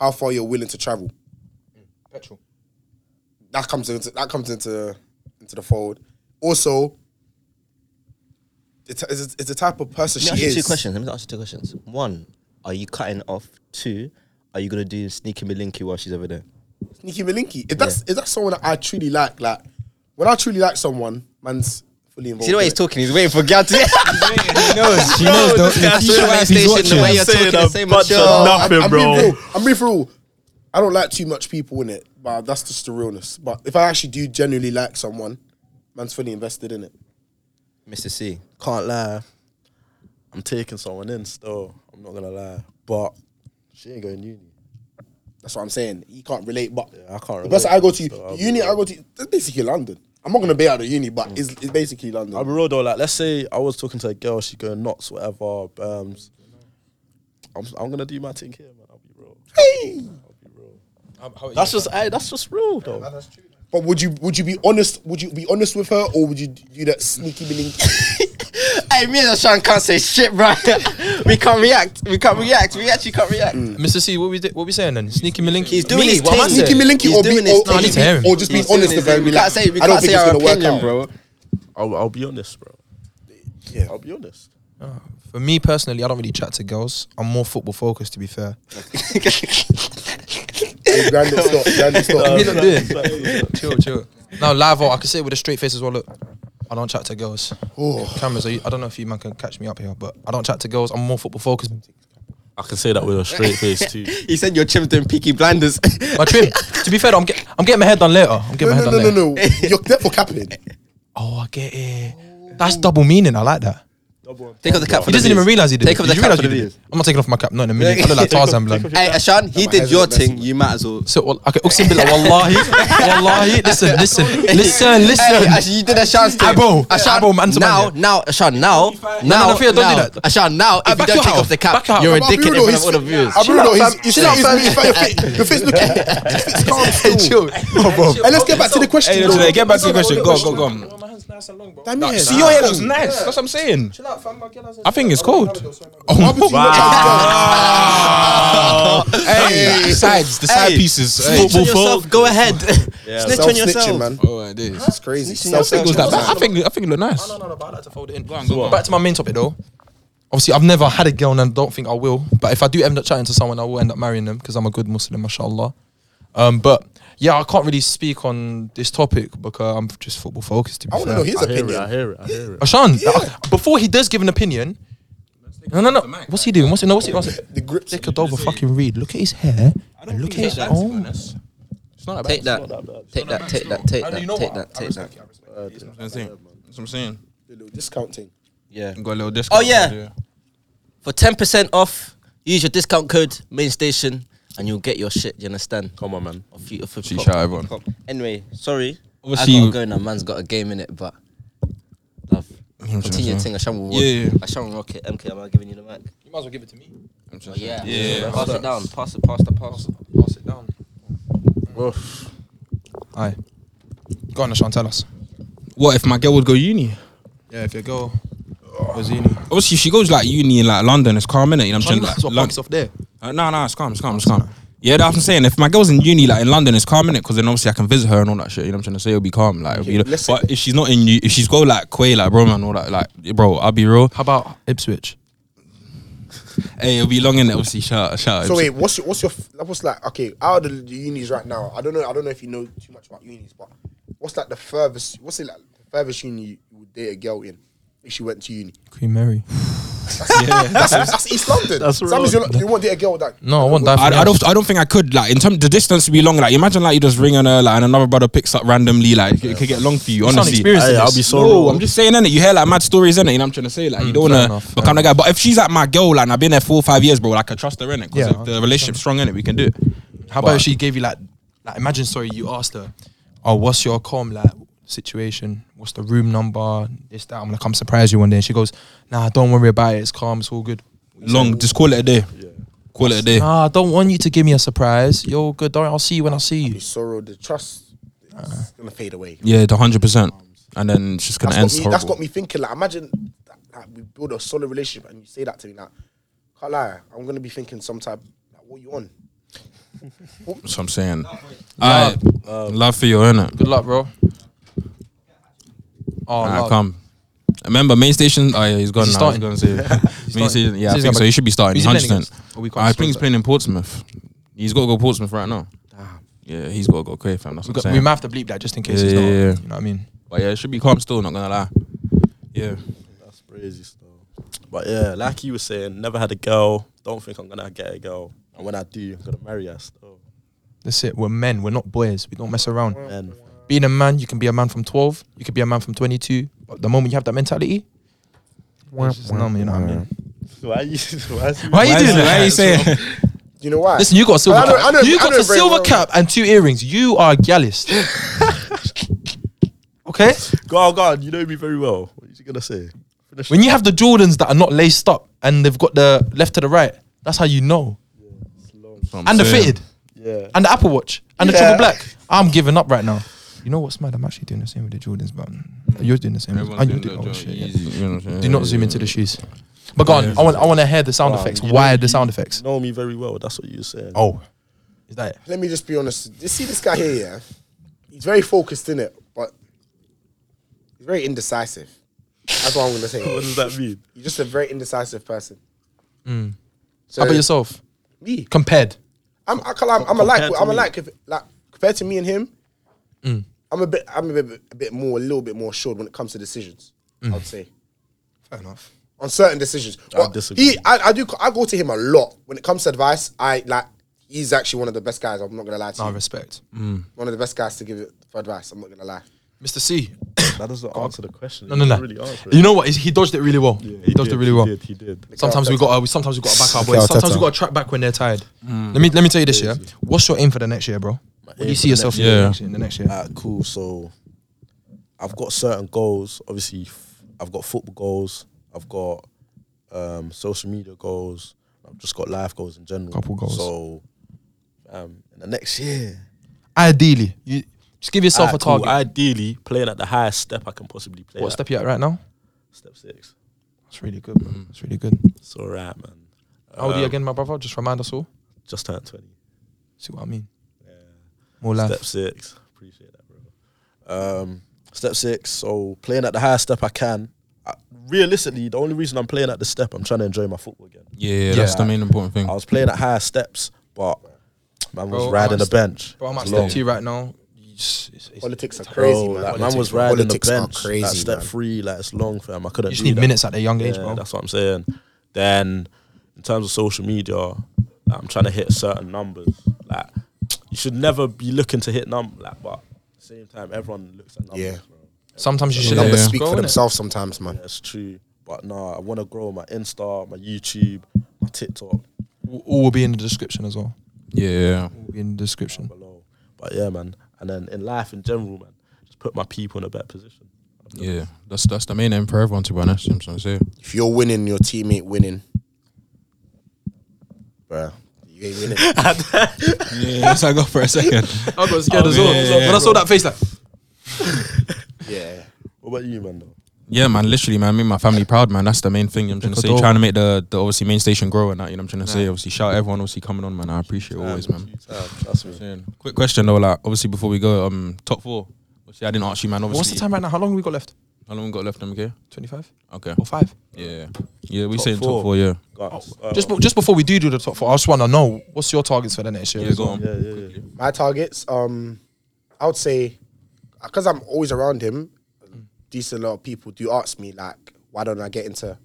Speaker 4: how far you're willing to travel.
Speaker 5: Petrol.
Speaker 4: That comes into that comes into into the fold. Also, it's it's, it's the type of person
Speaker 2: Let me
Speaker 4: she
Speaker 2: ask
Speaker 4: is.
Speaker 2: you two questions. Let me ask you two questions. One, are you cutting off? Two, are you gonna do sneaky malinky while she's over there?
Speaker 4: Nikki Malinki. If that's if that's someone that I truly like, like when I truly like someone, man's fully involved.
Speaker 2: See the way
Speaker 4: in
Speaker 2: he's
Speaker 4: it.
Speaker 2: talking. He's waiting for Gal to.
Speaker 1: She knows. She knows.
Speaker 2: Bro,
Speaker 1: though.
Speaker 2: this
Speaker 1: If
Speaker 2: guy's
Speaker 1: you
Speaker 2: so
Speaker 1: wife, he's
Speaker 2: station,
Speaker 1: watching.
Speaker 2: the way you're
Speaker 6: Saying
Speaker 2: talking
Speaker 6: a
Speaker 2: the same
Speaker 6: bunch
Speaker 2: shit.
Speaker 6: of
Speaker 4: Oh,
Speaker 6: nothing,
Speaker 4: I'm, I'm
Speaker 6: bro.
Speaker 4: Being real. I'm being for real. I don't like too much people in it, but that's just the realness. But if I actually do genuinely like someone, man's fully invested in it.
Speaker 2: Mr. C.
Speaker 3: Can't lie. I'm taking someone in still. I'm not gonna lie, but
Speaker 6: She ain't going uni.
Speaker 4: That's what I'm saying. You can't relate, but
Speaker 3: yeah, I can't.
Speaker 4: the best I
Speaker 3: relate,
Speaker 4: go to
Speaker 3: so I'll be
Speaker 4: uni, I
Speaker 3: real.
Speaker 4: go to that's basically London. I'm not gonna be out of uni, but it's, it's basically
Speaker 3: I'll be
Speaker 4: London.
Speaker 3: real though. Like, let's say I was talking to a girl, she going nuts, whatever. Bums. I'm, I'm gonna do my thing here, man. I'll be real. I'll be real.
Speaker 6: Um,
Speaker 3: That's just, hey, that's just real though.
Speaker 4: But would you would you be honest? Would you be honest with her, or would you do that sneaky billing?
Speaker 2: Hey, me and Ashan can't say shit, bro. we can't react. We can't react. We actually can't react.
Speaker 5: Mr. C, what we di- what we saying then? Sneaky Malinky.
Speaker 2: He's doing
Speaker 5: Me?
Speaker 2: his
Speaker 5: What am I
Speaker 2: thing.
Speaker 5: saying?
Speaker 4: sneaky Milinki,
Speaker 2: He's
Speaker 4: or,
Speaker 2: doing
Speaker 4: be,
Speaker 2: his
Speaker 4: or,
Speaker 2: thing.
Speaker 4: or,
Speaker 5: I need to hear
Speaker 4: just
Speaker 5: him.
Speaker 4: be, or just be
Speaker 2: He's doing
Speaker 4: honest
Speaker 2: his
Speaker 4: with her.
Speaker 2: thing.
Speaker 4: and
Speaker 2: We
Speaker 4: be
Speaker 2: can't
Speaker 4: like,
Speaker 2: say. We
Speaker 4: I don't
Speaker 2: can't
Speaker 4: think
Speaker 2: say
Speaker 4: it's
Speaker 2: our
Speaker 4: gonna work
Speaker 2: opinion,
Speaker 4: out,
Speaker 2: bro.
Speaker 3: I'll, I'll be honest, bro.
Speaker 4: Yeah.
Speaker 3: I'll be honest.
Speaker 5: For me personally, I don't really chat to girls. I'm more football focused, to be fair.
Speaker 4: Hey, Grand it, stop. Grand it, stop.
Speaker 5: What are you not doing? chill, chill. Now, live, oh, I can say it with a straight face as well. Look, I don't chat to girls. Cameras, are you, I don't know if you man can catch me up here, but I don't chat to girls. I'm more football focused.
Speaker 6: I can say that with a straight face too.
Speaker 2: He said your chim's doing peaky blinders.
Speaker 5: My trim. to be fair, though, I'm, get, I'm getting my hair done later. I'm getting
Speaker 4: No,
Speaker 5: my hair
Speaker 4: no,
Speaker 5: done
Speaker 4: no, no,
Speaker 5: later.
Speaker 4: no. You're there for capping.
Speaker 5: Oh, I get it. That's double meaning. I like that.
Speaker 3: Double
Speaker 2: Take off the cap for
Speaker 5: He
Speaker 2: the
Speaker 5: doesn't even
Speaker 2: views.
Speaker 5: realize he did.
Speaker 2: Take
Speaker 5: it.
Speaker 2: off
Speaker 5: Did
Speaker 2: the
Speaker 5: you
Speaker 2: cap
Speaker 5: realise
Speaker 2: for the
Speaker 5: you did it?
Speaker 2: views.
Speaker 5: I'm not taking off my cap. Not in a minute. I look like Tarzan, blood.
Speaker 2: Hey, Ashan, he did your thing. You might as well.
Speaker 5: So, well, okay, Uksibila, wallahi, wallahi, listen, listen, listen,
Speaker 2: Hey,
Speaker 5: listen.
Speaker 2: Ash, you did Ashan's thing.
Speaker 5: Abo.
Speaker 2: Ashan,
Speaker 5: Abo, man to man,
Speaker 2: now,
Speaker 5: yeah.
Speaker 2: now, Ashan, now, now,
Speaker 5: No, no, no, fear, don't do
Speaker 2: now.
Speaker 5: that.
Speaker 2: Ashan, now,
Speaker 5: Ah,
Speaker 2: if you
Speaker 5: back
Speaker 2: don't
Speaker 5: your
Speaker 2: take
Speaker 5: house,
Speaker 2: off the
Speaker 5: back
Speaker 2: cap,
Speaker 5: your house.
Speaker 2: you're
Speaker 4: I'll be
Speaker 5: Nah,
Speaker 2: indicative
Speaker 4: real though,
Speaker 2: of
Speaker 4: he's-
Speaker 2: all the views.
Speaker 4: I'll be real though, he's- he's- he's- he's- your face looking, your face calm still. And let's get back to the question.
Speaker 1: Hey,
Speaker 4: though.
Speaker 1: Janae, get back to the question. Go, go, go. on.
Speaker 5: My hand's nice and long, bro.
Speaker 4: Damn it.
Speaker 1: See, your hair looks nice. That's what I'm saying.
Speaker 5: Chill out, fam. My girl has a-
Speaker 1: I think it's
Speaker 5: Oh, wait,
Speaker 1: cold.
Speaker 5: no, sorry, my bad.
Speaker 1: Oh,
Speaker 2: Hey.
Speaker 1: hey, sides, the side
Speaker 2: Hey.
Speaker 1: pieces. Hey.
Speaker 2: Snitch on yourself, go ahead. Snitch on
Speaker 4: Self-snitching,
Speaker 2: yourself.
Speaker 4: man.
Speaker 1: Oh, it is.
Speaker 4: It's crazy.
Speaker 1: I think it
Speaker 2: Snitching yourself.
Speaker 1: was that
Speaker 4: Self-snitching.
Speaker 1: bad. I think I think it looked nice.
Speaker 5: No, no, no, but I like to fold it in.
Speaker 1: on, go on.
Speaker 5: Back to my main topic though. Obviously, I've never had a girl and I don't think I will. But if I do end up chatting to someone, I will end up marrying them because I'm a good Muslim, mashallah. Um, but yeah, I can't really speak on this topic because I'm just football focused. To be
Speaker 4: I want to
Speaker 5: fair,
Speaker 4: know his
Speaker 6: I hear it. I
Speaker 4: opinion.
Speaker 6: hear it. I hear it.
Speaker 5: Ashan, like, before he does give an opinion, no, no, no. What's he doing? What's he? No, what's he? What's he?
Speaker 4: The grips.
Speaker 5: Take a Dover fucking read. Look at his hair. And look at his own.
Speaker 1: It's not that
Speaker 2: Take that. Take that, take that, take
Speaker 5: I know, you
Speaker 2: that,
Speaker 5: know
Speaker 2: take that,
Speaker 5: what? I
Speaker 2: take that.
Speaker 5: respect you, I respect you.
Speaker 1: That's what I'm saying. That's what I'm saying.
Speaker 4: Discounting.
Speaker 2: Yeah.
Speaker 1: Got a little discount.
Speaker 2: Oh, yeah. For 10% off, use your discount code main station and you'll get your shit, you understand?
Speaker 6: Come on, man.
Speaker 2: Off you, off your
Speaker 1: She
Speaker 2: pop.
Speaker 1: shout everyone.
Speaker 2: Anyway, sorry.
Speaker 1: Obviously
Speaker 2: I
Speaker 1: you-
Speaker 2: gotta go now, man's got a game in it, but love.
Speaker 1: I'm
Speaker 2: Continue your
Speaker 1: sure.
Speaker 2: thing, I will rock.
Speaker 1: Yeah, yeah.
Speaker 2: I shall rock it. MK, am I giving you the mic?
Speaker 5: You might as well give it to me.
Speaker 2: Oh, yeah.
Speaker 1: Yeah.
Speaker 2: Pass it down. Pass it, pass it, pass it.
Speaker 5: Pass it down. Aye. Go on, Ashan, tell us.
Speaker 1: What if my girl would go uni?
Speaker 5: Yeah, if your girl was uni.
Speaker 1: Obviously, she goes like uni in like London. It's calm, innit? You know what I'm saying?
Speaker 5: That's
Speaker 1: Like,
Speaker 5: what
Speaker 1: Lon-
Speaker 5: pops off there.
Speaker 1: Uh, no, no, it's calm, it's calm, it's calm. Yeah, that's what I'm saying. If my girl's in uni, like in London, it's calm, innit? Because then obviously I can visit her and all that shit. You know what I'm trying to say? It'll be calm. Like, you know,
Speaker 4: listen.
Speaker 1: but if she's not in uni, if she's go like Quay, like, bro, man, all that, like, bro, I'll be real.
Speaker 5: How about Ipswich?
Speaker 1: Hey, it'll be long, innit? Obviously, shout, shout.
Speaker 4: So wait, what's your, what's your f- what's like? Okay, out of the, the unis right now, I don't know. I don't know if you know too much about unis, but what's like the furthest? What's it like? The furthest uni you would date a girl in if she went to uni?
Speaker 5: Queen Mary.
Speaker 4: That's, that's East London.
Speaker 6: That's
Speaker 4: That means you're not, you won't date a girl that.
Speaker 5: No, I want that.
Speaker 1: I, I don't. I don't think I could. Like in terms, the distance would be long. Like imagine like you just ringing her, like and another brother picks up randomly. Like it could get long for you. Honestly,
Speaker 5: experience.
Speaker 6: Hey, I'll be so
Speaker 1: No,
Speaker 6: wrong.
Speaker 1: I'm just saying innit? You hear like mad stories in it, and I'm trying to say like you don't
Speaker 5: fair
Speaker 1: wanna
Speaker 5: enough, fair
Speaker 1: become the guy. But if she's like my girl, like and I've been there four or five years, bro, like I trust her in it.
Speaker 5: Yeah,
Speaker 1: Because if the relationship's strong in it, we can do it.
Speaker 5: How about if she gave you like, like imagine sorry, you asked her, Oh, what's your com like situation? What's the room number? This, that, I'm gonna come surprise you one day. And she goes, Nah, don't worry about it, it's calm, it's all good.
Speaker 1: long? Just call it a day. Call it a day.
Speaker 5: Nah, I don't want you to give me a surprise. You're good, don't worry, I'll see you when I see you.
Speaker 4: The sorrow, the trust, it's gonna fade away.
Speaker 1: Yeah, the hundred percent, and then it's just gonna
Speaker 4: That's got,
Speaker 1: end
Speaker 4: me,
Speaker 1: horrible.
Speaker 4: that's got me thinking. Like, imagine that, like, we build a solid relationship, and you say that to me. Like, can't lie, I'm gonna be thinking sometime. Like, what you on?
Speaker 1: That's what I'm saying. Alright, love for you, innit?
Speaker 5: Good luck, bro. Oh,
Speaker 1: I
Speaker 5: love.
Speaker 1: come. Remember, main station. Oh yeah, he's gone
Speaker 5: he
Speaker 1: now. He's
Speaker 5: starting?
Speaker 1: gonna say main
Speaker 5: starting?
Speaker 1: station. Yeah,
Speaker 5: Is
Speaker 1: I
Speaker 5: he
Speaker 1: think
Speaker 5: gonna-
Speaker 1: so. He should be starting.
Speaker 5: Is he
Speaker 1: Hundred
Speaker 5: playing
Speaker 1: percent.
Speaker 5: against- or we can't
Speaker 1: I think he's
Speaker 5: disclose
Speaker 1: playing in Portsmouth. He's got to go Portsmouth right now. Yeah, he's got to go. Cray, fam. That's
Speaker 5: We,
Speaker 1: what I'm
Speaker 5: got, we
Speaker 1: saying.
Speaker 5: might have to bleep that just in case he's
Speaker 1: Yeah,
Speaker 5: not.
Speaker 1: yeah, yeah.
Speaker 5: You know what I mean?
Speaker 1: But yeah, it should be calm still. Not gonna lie. Yeah.
Speaker 6: That's crazy stuff. But yeah, like you were saying, never had a girl. Don't think I'm gonna get a girl. And when I do, I'm gonna marry her still.
Speaker 5: That's it. We're men. We're not boys. We don't mess around.
Speaker 6: And
Speaker 5: Being a man, you can be a man from 12. You could be a man from 22. But the moment you have that mentality, it's just numb, you know what I mean?
Speaker 6: why you? Why, you
Speaker 5: Why are you doing
Speaker 1: it? Why
Speaker 5: that?
Speaker 1: are you saying?
Speaker 4: You know why?
Speaker 5: Listen, you got a silver
Speaker 4: I don't- I
Speaker 5: cap.
Speaker 4: don't-
Speaker 5: You
Speaker 4: I
Speaker 5: got
Speaker 4: don't
Speaker 5: a
Speaker 4: very
Speaker 5: silver
Speaker 4: well-
Speaker 5: cap and two earrings. You are a gallist. okay?
Speaker 6: Go on, go on. You know me very well. What are you gonna say? Finish.
Speaker 5: When you have the Jordans that are not laced up and they've got the left to the right, that's how you know. And the fitted.
Speaker 6: yeah.
Speaker 5: and the Apple Watch and the
Speaker 6: Yeah.
Speaker 5: triple black. I'm giving up right now. You know what's mad? I'm actually doing the same with the Jordans, but you're doing the same. with- And you're doing, oh, shit, yeah. Do not zoom
Speaker 1: Uh,
Speaker 5: into the shoes. But go on. I want. I want to hear the sound
Speaker 6: Wow,
Speaker 5: effects.
Speaker 6: you
Speaker 5: Why
Speaker 6: know-
Speaker 5: the sound effects?
Speaker 6: You know me very well. That's what you were saying.
Speaker 5: Oh, is that it?
Speaker 4: Let me just be honest. You see this guy here, yeah? He's very focused in it, but he's very indecisive. That's what I'm gonna
Speaker 6: What
Speaker 4: say.
Speaker 6: does that mean?
Speaker 4: He's just a very indecisive person. So
Speaker 5: How about yourself?
Speaker 4: me?
Speaker 5: Compared.
Speaker 4: I'm I can't, lie, I'm, I'm alike. I'm alike. If, like compared to me and him,
Speaker 3: Mm.
Speaker 4: I'm a bit. I'm a bit, a bit more, a little bit more assured when it comes to decisions.
Speaker 3: Mm.
Speaker 4: I'd say
Speaker 5: Fair enough.
Speaker 4: on certain decisions. Well,
Speaker 6: disagree.
Speaker 4: He, I, I do. I go to him a lot when it comes to advice. I like. He's actually one of the best guys. I'm not gonna lie to
Speaker 5: No
Speaker 4: you.
Speaker 5: respect,
Speaker 4: One of the best guys to give it for advice. I'm not gonna lie.
Speaker 5: Mr. C.
Speaker 3: That doesn't answer the question.
Speaker 5: No, no,
Speaker 3: It
Speaker 5: no.
Speaker 3: doesn't Really answer
Speaker 5: You know what? He dodged it really well. he, dodged it really well.
Speaker 3: He did. He did.
Speaker 5: Sometimes we got. Uh, sometimes we got to back our boys.
Speaker 7: Arteta.
Speaker 5: Sometimes we got to track back when they're tired. Let me let me tell you this year. What's your aim for the next year, bro? What do you see yourself
Speaker 1: year?
Speaker 5: in the next year? In the next year?
Speaker 3: Alright, cool. So I've got certain goals. Obviously, f- I've got football goals. I've got um, social media goals. I've just got life goals in general.
Speaker 5: Couple goals.
Speaker 3: So um, in the next year,
Speaker 5: Ideally, you just give yourself a
Speaker 3: alright, uh, cool.
Speaker 5: target.
Speaker 3: Ideally, playing at the highest step I can possibly play.
Speaker 5: what
Speaker 3: at.
Speaker 5: step you at right now?
Speaker 3: Step six.
Speaker 5: That's really good, bro. That's really good.
Speaker 3: It's all right, man.
Speaker 5: How old are you
Speaker 3: Um,
Speaker 5: again, my brother? Just remind us all.
Speaker 3: Just turned twenty.
Speaker 5: See what I mean? More life.
Speaker 3: Step six. Appreciate that, bro. Um, step six. So playing at the highest step I can. I, realistically, the only reason I'm playing at the step, I'm trying to enjoy my football again.
Speaker 1: Yeah, yeah, that's the main important thing.
Speaker 3: I was playing at higher steps, but man was
Speaker 5: Bro,
Speaker 3: riding
Speaker 5: I'm
Speaker 3: the
Speaker 5: st-
Speaker 3: bench.
Speaker 5: Bro, I'm at
Speaker 3: It's
Speaker 5: step
Speaker 3: long.
Speaker 5: two right now. You just- it's- it's-
Speaker 4: Politics are crazy,
Speaker 3: Bro,
Speaker 4: man.
Speaker 3: like,
Speaker 4: Politics-
Speaker 3: man was riding the
Speaker 7: Politics are
Speaker 3: bench. Crazy,
Speaker 7: crazy,
Speaker 3: step
Speaker 7: man.
Speaker 3: three, like it's long for him. I couldn't.
Speaker 5: You just
Speaker 3: do
Speaker 5: need
Speaker 3: that.
Speaker 5: minutes at a young age,
Speaker 3: Yeah,
Speaker 5: bro.
Speaker 3: That's what I'm saying. Then, in terms of social media, like, I'm trying to hit certain numbers. Like, you should never be looking to hit num. Like, but at the same time, everyone looks at numbers.
Speaker 7: Yeah.
Speaker 3: bro.
Speaker 5: Sometimes you should
Speaker 7: Numbers
Speaker 5: let it
Speaker 7: speak
Speaker 5: go,
Speaker 7: for
Speaker 5: innit?
Speaker 7: themselves sometimes, man.
Speaker 3: That's true. But nah, I want to grow my Insta, my YouTube, my TikTok
Speaker 5: All all will be in the description as well.
Speaker 1: Yeah, yeah.
Speaker 5: All will be in the description.
Speaker 3: below. But yeah, man. And then in life in general, man, just put my people in a better position.
Speaker 1: Yeah, that's that's the main aim for everyone to be honest. You know what I'm saying?
Speaker 7: If you're winning, your teammate winning.
Speaker 3: Bruh.
Speaker 7: You ain't winning.
Speaker 1: Yeah, that's I got for a second.
Speaker 5: I got scared as well.
Speaker 1: yeah, yeah,
Speaker 5: when I saw that face, like,
Speaker 7: yeah.
Speaker 3: What about you, man? Though
Speaker 1: Yeah, man, literally, man, make my family proud, man. That's the main thing. You know what I'm trying to say.
Speaker 5: Ecuador.
Speaker 1: Trying to make the, the obviously main station grow and that. You know what I'm trying to say. Obviously, shout out everyone obviously coming on, man. I appreciate it always, man.
Speaker 3: Trust me.
Speaker 1: Saying. Quick question though, like obviously before we go, um, top four. Obviously, I didn't ask you, man. Obviously,
Speaker 5: what's the time right now? How long we got left?
Speaker 1: How long we got left? MK?
Speaker 5: 25
Speaker 1: Okay.
Speaker 5: or 5?
Speaker 1: Yeah, yeah. We
Speaker 3: Top
Speaker 1: saying top
Speaker 3: four.
Speaker 1: four. Yeah.
Speaker 3: Guys, uh,
Speaker 5: Just, be- just before we do do the top four, I just want to know what's your targets for the next year?
Speaker 1: Yeah,
Speaker 5: as
Speaker 1: go
Speaker 5: well?
Speaker 1: on.
Speaker 3: yeah, yeah, yeah.
Speaker 4: My targets, um, I would say, because I'm always around him, decent lot of people do ask me like, why don't I get into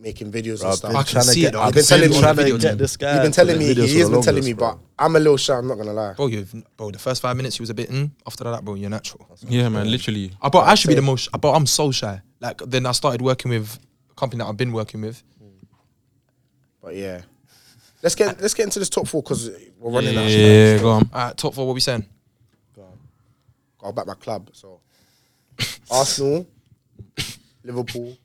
Speaker 4: making videos and stuff?
Speaker 5: I
Speaker 3: I've
Speaker 5: can
Speaker 3: been
Speaker 5: see
Speaker 3: trying
Speaker 5: it.
Speaker 3: to
Speaker 5: I
Speaker 3: get-
Speaker 5: can
Speaker 3: I've
Speaker 5: see
Speaker 3: been
Speaker 5: it on
Speaker 3: trying
Speaker 5: the
Speaker 3: to
Speaker 5: video,
Speaker 3: get
Speaker 5: Jim.
Speaker 3: this guy.
Speaker 4: You've been
Speaker 3: to
Speaker 4: telling
Speaker 3: the
Speaker 4: me,
Speaker 3: videos for
Speaker 4: he has
Speaker 3: the
Speaker 4: been telling
Speaker 3: longest,
Speaker 4: me,
Speaker 3: bro.
Speaker 4: but I'm a little shy. I'm not gonna lie.
Speaker 5: Bro, you've, bro, the first five minutes he was a bit in. After that, bro, you're natural.
Speaker 1: Yeah, man. Literally.
Speaker 5: I, but I should be the most. But I'm so shy. Like then I started working with a company that I've been working with.
Speaker 4: But yeah, let's get let's get into this top four because we're running
Speaker 1: Yeah,
Speaker 4: out.
Speaker 1: yeah, go on.
Speaker 5: All right, top four. What we saying?
Speaker 4: I'll back my club. So Arsenal, Liverpool,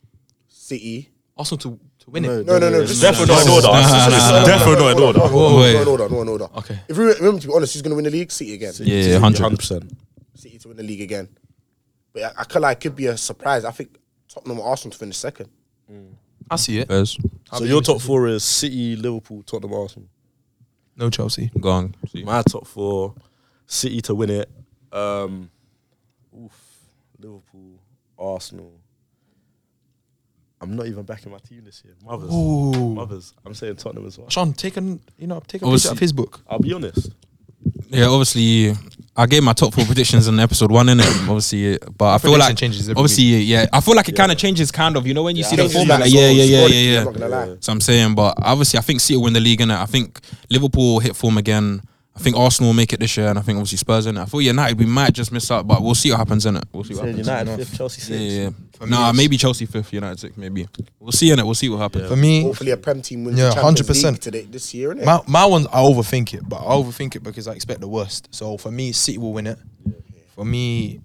Speaker 4: City.
Speaker 5: Arsenal to to win it.
Speaker 4: No, no, no. just-
Speaker 3: Definitely not in order. Definitely not in order.
Speaker 4: No,
Speaker 1: Wait.
Speaker 4: in order, no, in order.
Speaker 5: Okay.
Speaker 4: If we remember, to be honest, who's going to win the league? City again.
Speaker 1: Yeah, yeah, hundred.
Speaker 3: percent.
Speaker 4: City to win the league again. But I, I could like could be a surprise. I think Tottenham or Arsenal to finish second.
Speaker 5: I see it.
Speaker 1: Fez,
Speaker 3: So your top four is City, Liverpool, Tottenham, Arsenal.
Speaker 5: No Chelsea.
Speaker 1: go on. See.
Speaker 3: My top four, City to win it. Um, oof, Liverpool, Arsenal. I'm not even backing my team this year. Mothers,
Speaker 5: Ooh.
Speaker 3: mothers. I'm saying Tottenham as well.
Speaker 5: Sean, take an you know take a picture
Speaker 1: Obviously.
Speaker 5: of his book.
Speaker 3: I'll be honest.
Speaker 1: Yeah, obviously, I gave my top four predictions in episode one, innit? Obviously, but I feel
Speaker 5: Prediction
Speaker 1: like
Speaker 5: changes every
Speaker 1: obviously, yeah, I feel like it kind of changes, kind of. You know, when you see the
Speaker 4: Changes
Speaker 1: format,
Speaker 4: that
Speaker 1: like, yeah,
Speaker 4: score-
Speaker 1: yeah, yeah,
Speaker 4: scoring,
Speaker 1: yeah,
Speaker 4: I'm
Speaker 1: yeah.
Speaker 4: not gonna lie.
Speaker 1: So I'm saying, but obviously, I think City will win the league, and I think Liverpool will hit form again. I think Arsenal will make it this year, and I think obviously Spurs in it. I feel United we might just miss out, but we'll see what happens in it. We'll see what happens.
Speaker 3: United fifth, Chelsea
Speaker 1: Yeah,
Speaker 3: sixth.
Speaker 1: yeah. yeah. Nah, maybe Chelsea fifth, United sixth, maybe. We'll see in it. We'll see what happens.
Speaker 5: For me,
Speaker 4: Hopefully, a prem team wins.
Speaker 5: Yeah,
Speaker 4: the Champions
Speaker 5: 100%.
Speaker 4: League today this year, innit?
Speaker 5: my my ones I overthink it, but I overthink it because I expect the worst. So for me, City will win it. For me,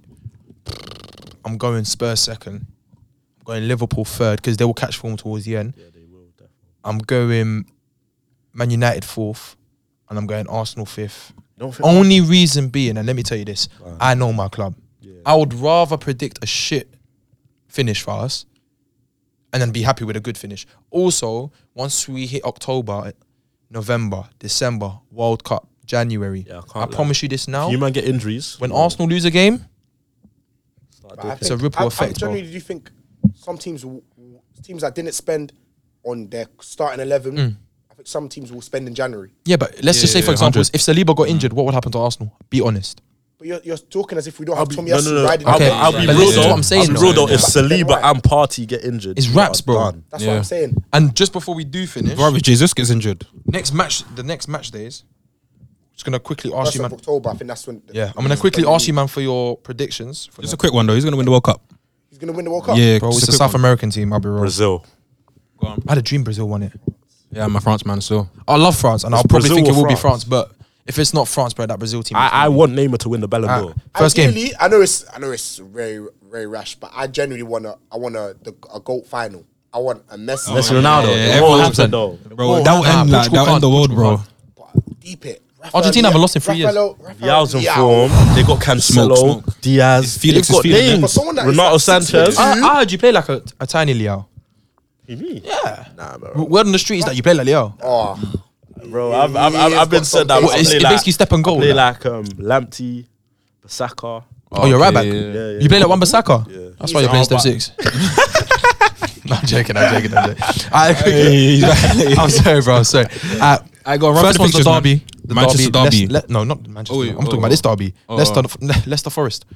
Speaker 5: I'm going Spurs second. I'm going Liverpool third because they will catch form towards the end.
Speaker 3: Yeah, they will definitely.
Speaker 5: I'm going Man United fourth, and I'm going Arsenal fifth.
Speaker 3: Don't think
Speaker 5: Only reason being, and let me tell you this, I know my club. I would rather predict a shit finish for us, and then be happy with a good finish. Also, once we hit October, November, December, World Cup, January,
Speaker 3: Yeah, I can't
Speaker 5: I,
Speaker 3: lie.
Speaker 5: promise you this now.
Speaker 3: Oh, you man get injuries.
Speaker 5: when Arsenal lose a game,
Speaker 3: Start
Speaker 4: But I
Speaker 3: doing-
Speaker 5: It's a
Speaker 4: think-
Speaker 5: ripple
Speaker 4: I,
Speaker 5: effect,
Speaker 4: I
Speaker 5: bro.
Speaker 4: generally do think some teams, will, teams that didn't spend on their starting eleven,
Speaker 1: Mm.
Speaker 4: I think some teams will spend in January.
Speaker 5: yeah, but let's just
Speaker 1: Yeah,
Speaker 5: say, for
Speaker 1: yeah,
Speaker 5: example,
Speaker 1: 100.
Speaker 5: if Saliba got injured, what would happen to Arsenal? Be honest.
Speaker 4: But you're, you're talking as if we don't
Speaker 3: I'll
Speaker 4: have
Speaker 3: be,
Speaker 4: Tommy
Speaker 3: no, no, no.
Speaker 4: riding.
Speaker 3: I'll,
Speaker 5: Okay,
Speaker 3: be, I'll be
Speaker 5: but
Speaker 3: real
Speaker 5: this is
Speaker 3: though.
Speaker 5: what I'm saying,
Speaker 3: I'll be real
Speaker 5: though.
Speaker 3: though. If
Speaker 4: Yeah.
Speaker 3: Saliba and Party get injured,
Speaker 5: It's
Speaker 3: you are
Speaker 5: raps, bro.
Speaker 3: done.
Speaker 4: That's
Speaker 1: Yeah.
Speaker 4: what I'm saying.
Speaker 5: And just before we do finish,
Speaker 1: Rubbish, Jesus gets injured.
Speaker 5: next match, the next match days, just gonna quickly ask
Speaker 4: First
Speaker 5: you,
Speaker 4: of
Speaker 5: man.
Speaker 4: October, I think that's when.
Speaker 5: Yeah, I'm gonna quickly ask you, man, for your predictions. For
Speaker 1: Just a
Speaker 5: the-
Speaker 1: quick one though. Who's gonna win the World Cup?
Speaker 4: He's gonna win the World Cup.
Speaker 1: Yeah,
Speaker 5: bro,
Speaker 1: just
Speaker 5: it's
Speaker 1: a
Speaker 5: a
Speaker 1: quick
Speaker 5: South
Speaker 1: one.
Speaker 5: American team. I'll be wrong.
Speaker 6: Brazil.
Speaker 1: Go on.
Speaker 5: I had a dream Brazil won it.
Speaker 1: Yeah, my France man. So
Speaker 5: I love France, and
Speaker 6: It's
Speaker 5: I'll probably
Speaker 6: Brazil
Speaker 5: think it
Speaker 6: or
Speaker 5: will be
Speaker 6: France?
Speaker 5: France. But if it's not France, bro, that Brazil team.
Speaker 3: Ah,
Speaker 5: is
Speaker 6: I, I
Speaker 5: gonna
Speaker 6: want Neymar to win the Ballon
Speaker 5: be-
Speaker 6: d'Or.
Speaker 5: Ah, first game.
Speaker 4: Ideally, I know it's I know it's very very rash, but I genuinely wanna I want a the, a gold final. I want a Messi.
Speaker 6: Messi
Speaker 5: Ah.
Speaker 6: Ronaldo.
Speaker 1: yeah,
Speaker 6: it won't
Speaker 1: everyone
Speaker 6: happen
Speaker 1: said-
Speaker 6: though.
Speaker 1: bro, that will
Speaker 5: nah,
Speaker 1: end like,
Speaker 5: Portugal
Speaker 1: that will
Speaker 5: can't,
Speaker 1: end the world,
Speaker 5: Portugal
Speaker 1: bro.
Speaker 5: can't.
Speaker 4: but deep it. Rafael
Speaker 5: Argentina haven't lost in three years.
Speaker 4: Rafael- Rafael
Speaker 6: Dial's in
Speaker 4: Leao.
Speaker 6: form. They got Cancelo,
Speaker 1: Smoke, smoke.
Speaker 6: Diaz.
Speaker 1: Felix
Speaker 6: They've
Speaker 1: is
Speaker 6: got
Speaker 1: feeling it.
Speaker 6: names.
Speaker 4: For someone that is
Speaker 6: Renato
Speaker 4: like six foot
Speaker 6: Sanchez.
Speaker 4: two,
Speaker 5: I, I heard you play like a, a tiny Liao.
Speaker 6: Yeah. Nah, bro.
Speaker 5: Word on the street is that you play like Liao.
Speaker 4: Oh,
Speaker 6: Bro, I've, I've, I've, I've been said that.
Speaker 5: Well,
Speaker 6: I
Speaker 5: it's-
Speaker 6: play
Speaker 5: it basically step and go,
Speaker 6: I play
Speaker 5: like.
Speaker 6: like um, Lamptey, Basaka.
Speaker 5: Oh, you're right back.
Speaker 1: Yeah,
Speaker 6: Yeah, yeah.
Speaker 5: You play like Wan Bissaka.
Speaker 6: Yeah.
Speaker 5: That's why you're playing step six. no, I'm joking. I'm joking. I'm joking. I I'm sorry, bro. I'm sorry. Uh,
Speaker 1: I go
Speaker 5: First one's the derby. The
Speaker 1: Manchester derby.
Speaker 5: Leic- Le- no, not Manchester.
Speaker 1: Oh,
Speaker 5: I'm talking
Speaker 1: oh,
Speaker 5: about this derby.
Speaker 1: oh.
Speaker 5: Leicester, Leicester Forest.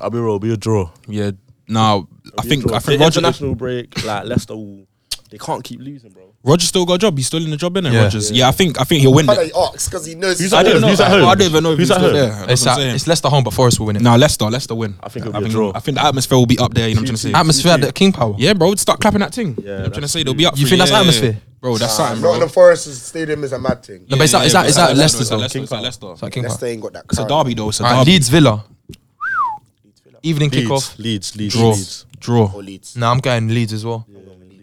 Speaker 6: I'll be real. Be a draw.
Speaker 1: Yeah. Now I
Speaker 6: Be a
Speaker 1: think
Speaker 6: draw.
Speaker 1: I think
Speaker 6: The
Speaker 1: Roger
Speaker 6: international break. Like Leicester, will, they can't keep losing, bro.
Speaker 1: Roger still got a job. He's still in the job, innit?
Speaker 5: Yeah.
Speaker 1: Rogers. Yeah, I think I think he'll win
Speaker 4: Father,
Speaker 1: it.
Speaker 4: he asks because he knows.
Speaker 6: Who's
Speaker 4: I
Speaker 6: at
Speaker 4: don't
Speaker 6: home?
Speaker 4: know.
Speaker 6: Who's at home?
Speaker 1: I don't even know if
Speaker 6: Who's
Speaker 1: he's
Speaker 6: at
Speaker 1: still
Speaker 6: home?
Speaker 1: there. That's
Speaker 5: It's,
Speaker 1: what I'm
Speaker 5: at-
Speaker 1: saying.
Speaker 5: it's Leicester home, but Forest will win it.
Speaker 1: Nah, Leicester, Leicester win.
Speaker 6: I think it'll
Speaker 1: I
Speaker 6: be a
Speaker 1: think,
Speaker 6: draw.
Speaker 1: I think the atmosphere will be up there. You know what I'm trying to say?
Speaker 5: Atmosphere at the King Power.
Speaker 1: Yeah, bro, start clapping that thing. you know what I'm
Speaker 6: that's
Speaker 1: trying to say they'll be up.
Speaker 5: You
Speaker 1: for-
Speaker 5: think that's
Speaker 1: yeah,
Speaker 5: atmosphere?
Speaker 1: bro? That's something, bro.
Speaker 4: Nottingham Forest's stadium is a mad thing.
Speaker 5: No, but it's not- it's not- it's not Leicester,
Speaker 1: It's
Speaker 5: though.
Speaker 1: Leicester. It's Leicester.
Speaker 5: It's at King
Speaker 4: Leicester
Speaker 5: Power.
Speaker 4: ain't got that.
Speaker 1: It's a
Speaker 4: crowd.
Speaker 1: derby though. It's a
Speaker 5: All right,
Speaker 1: derby.
Speaker 5: Leeds Villa. Evening kickoff.
Speaker 6: Leeds, Leeds, Leeds,
Speaker 1: Draw.
Speaker 6: Leeds.
Speaker 1: Draw.
Speaker 5: Nah, I'm going Leeds as well.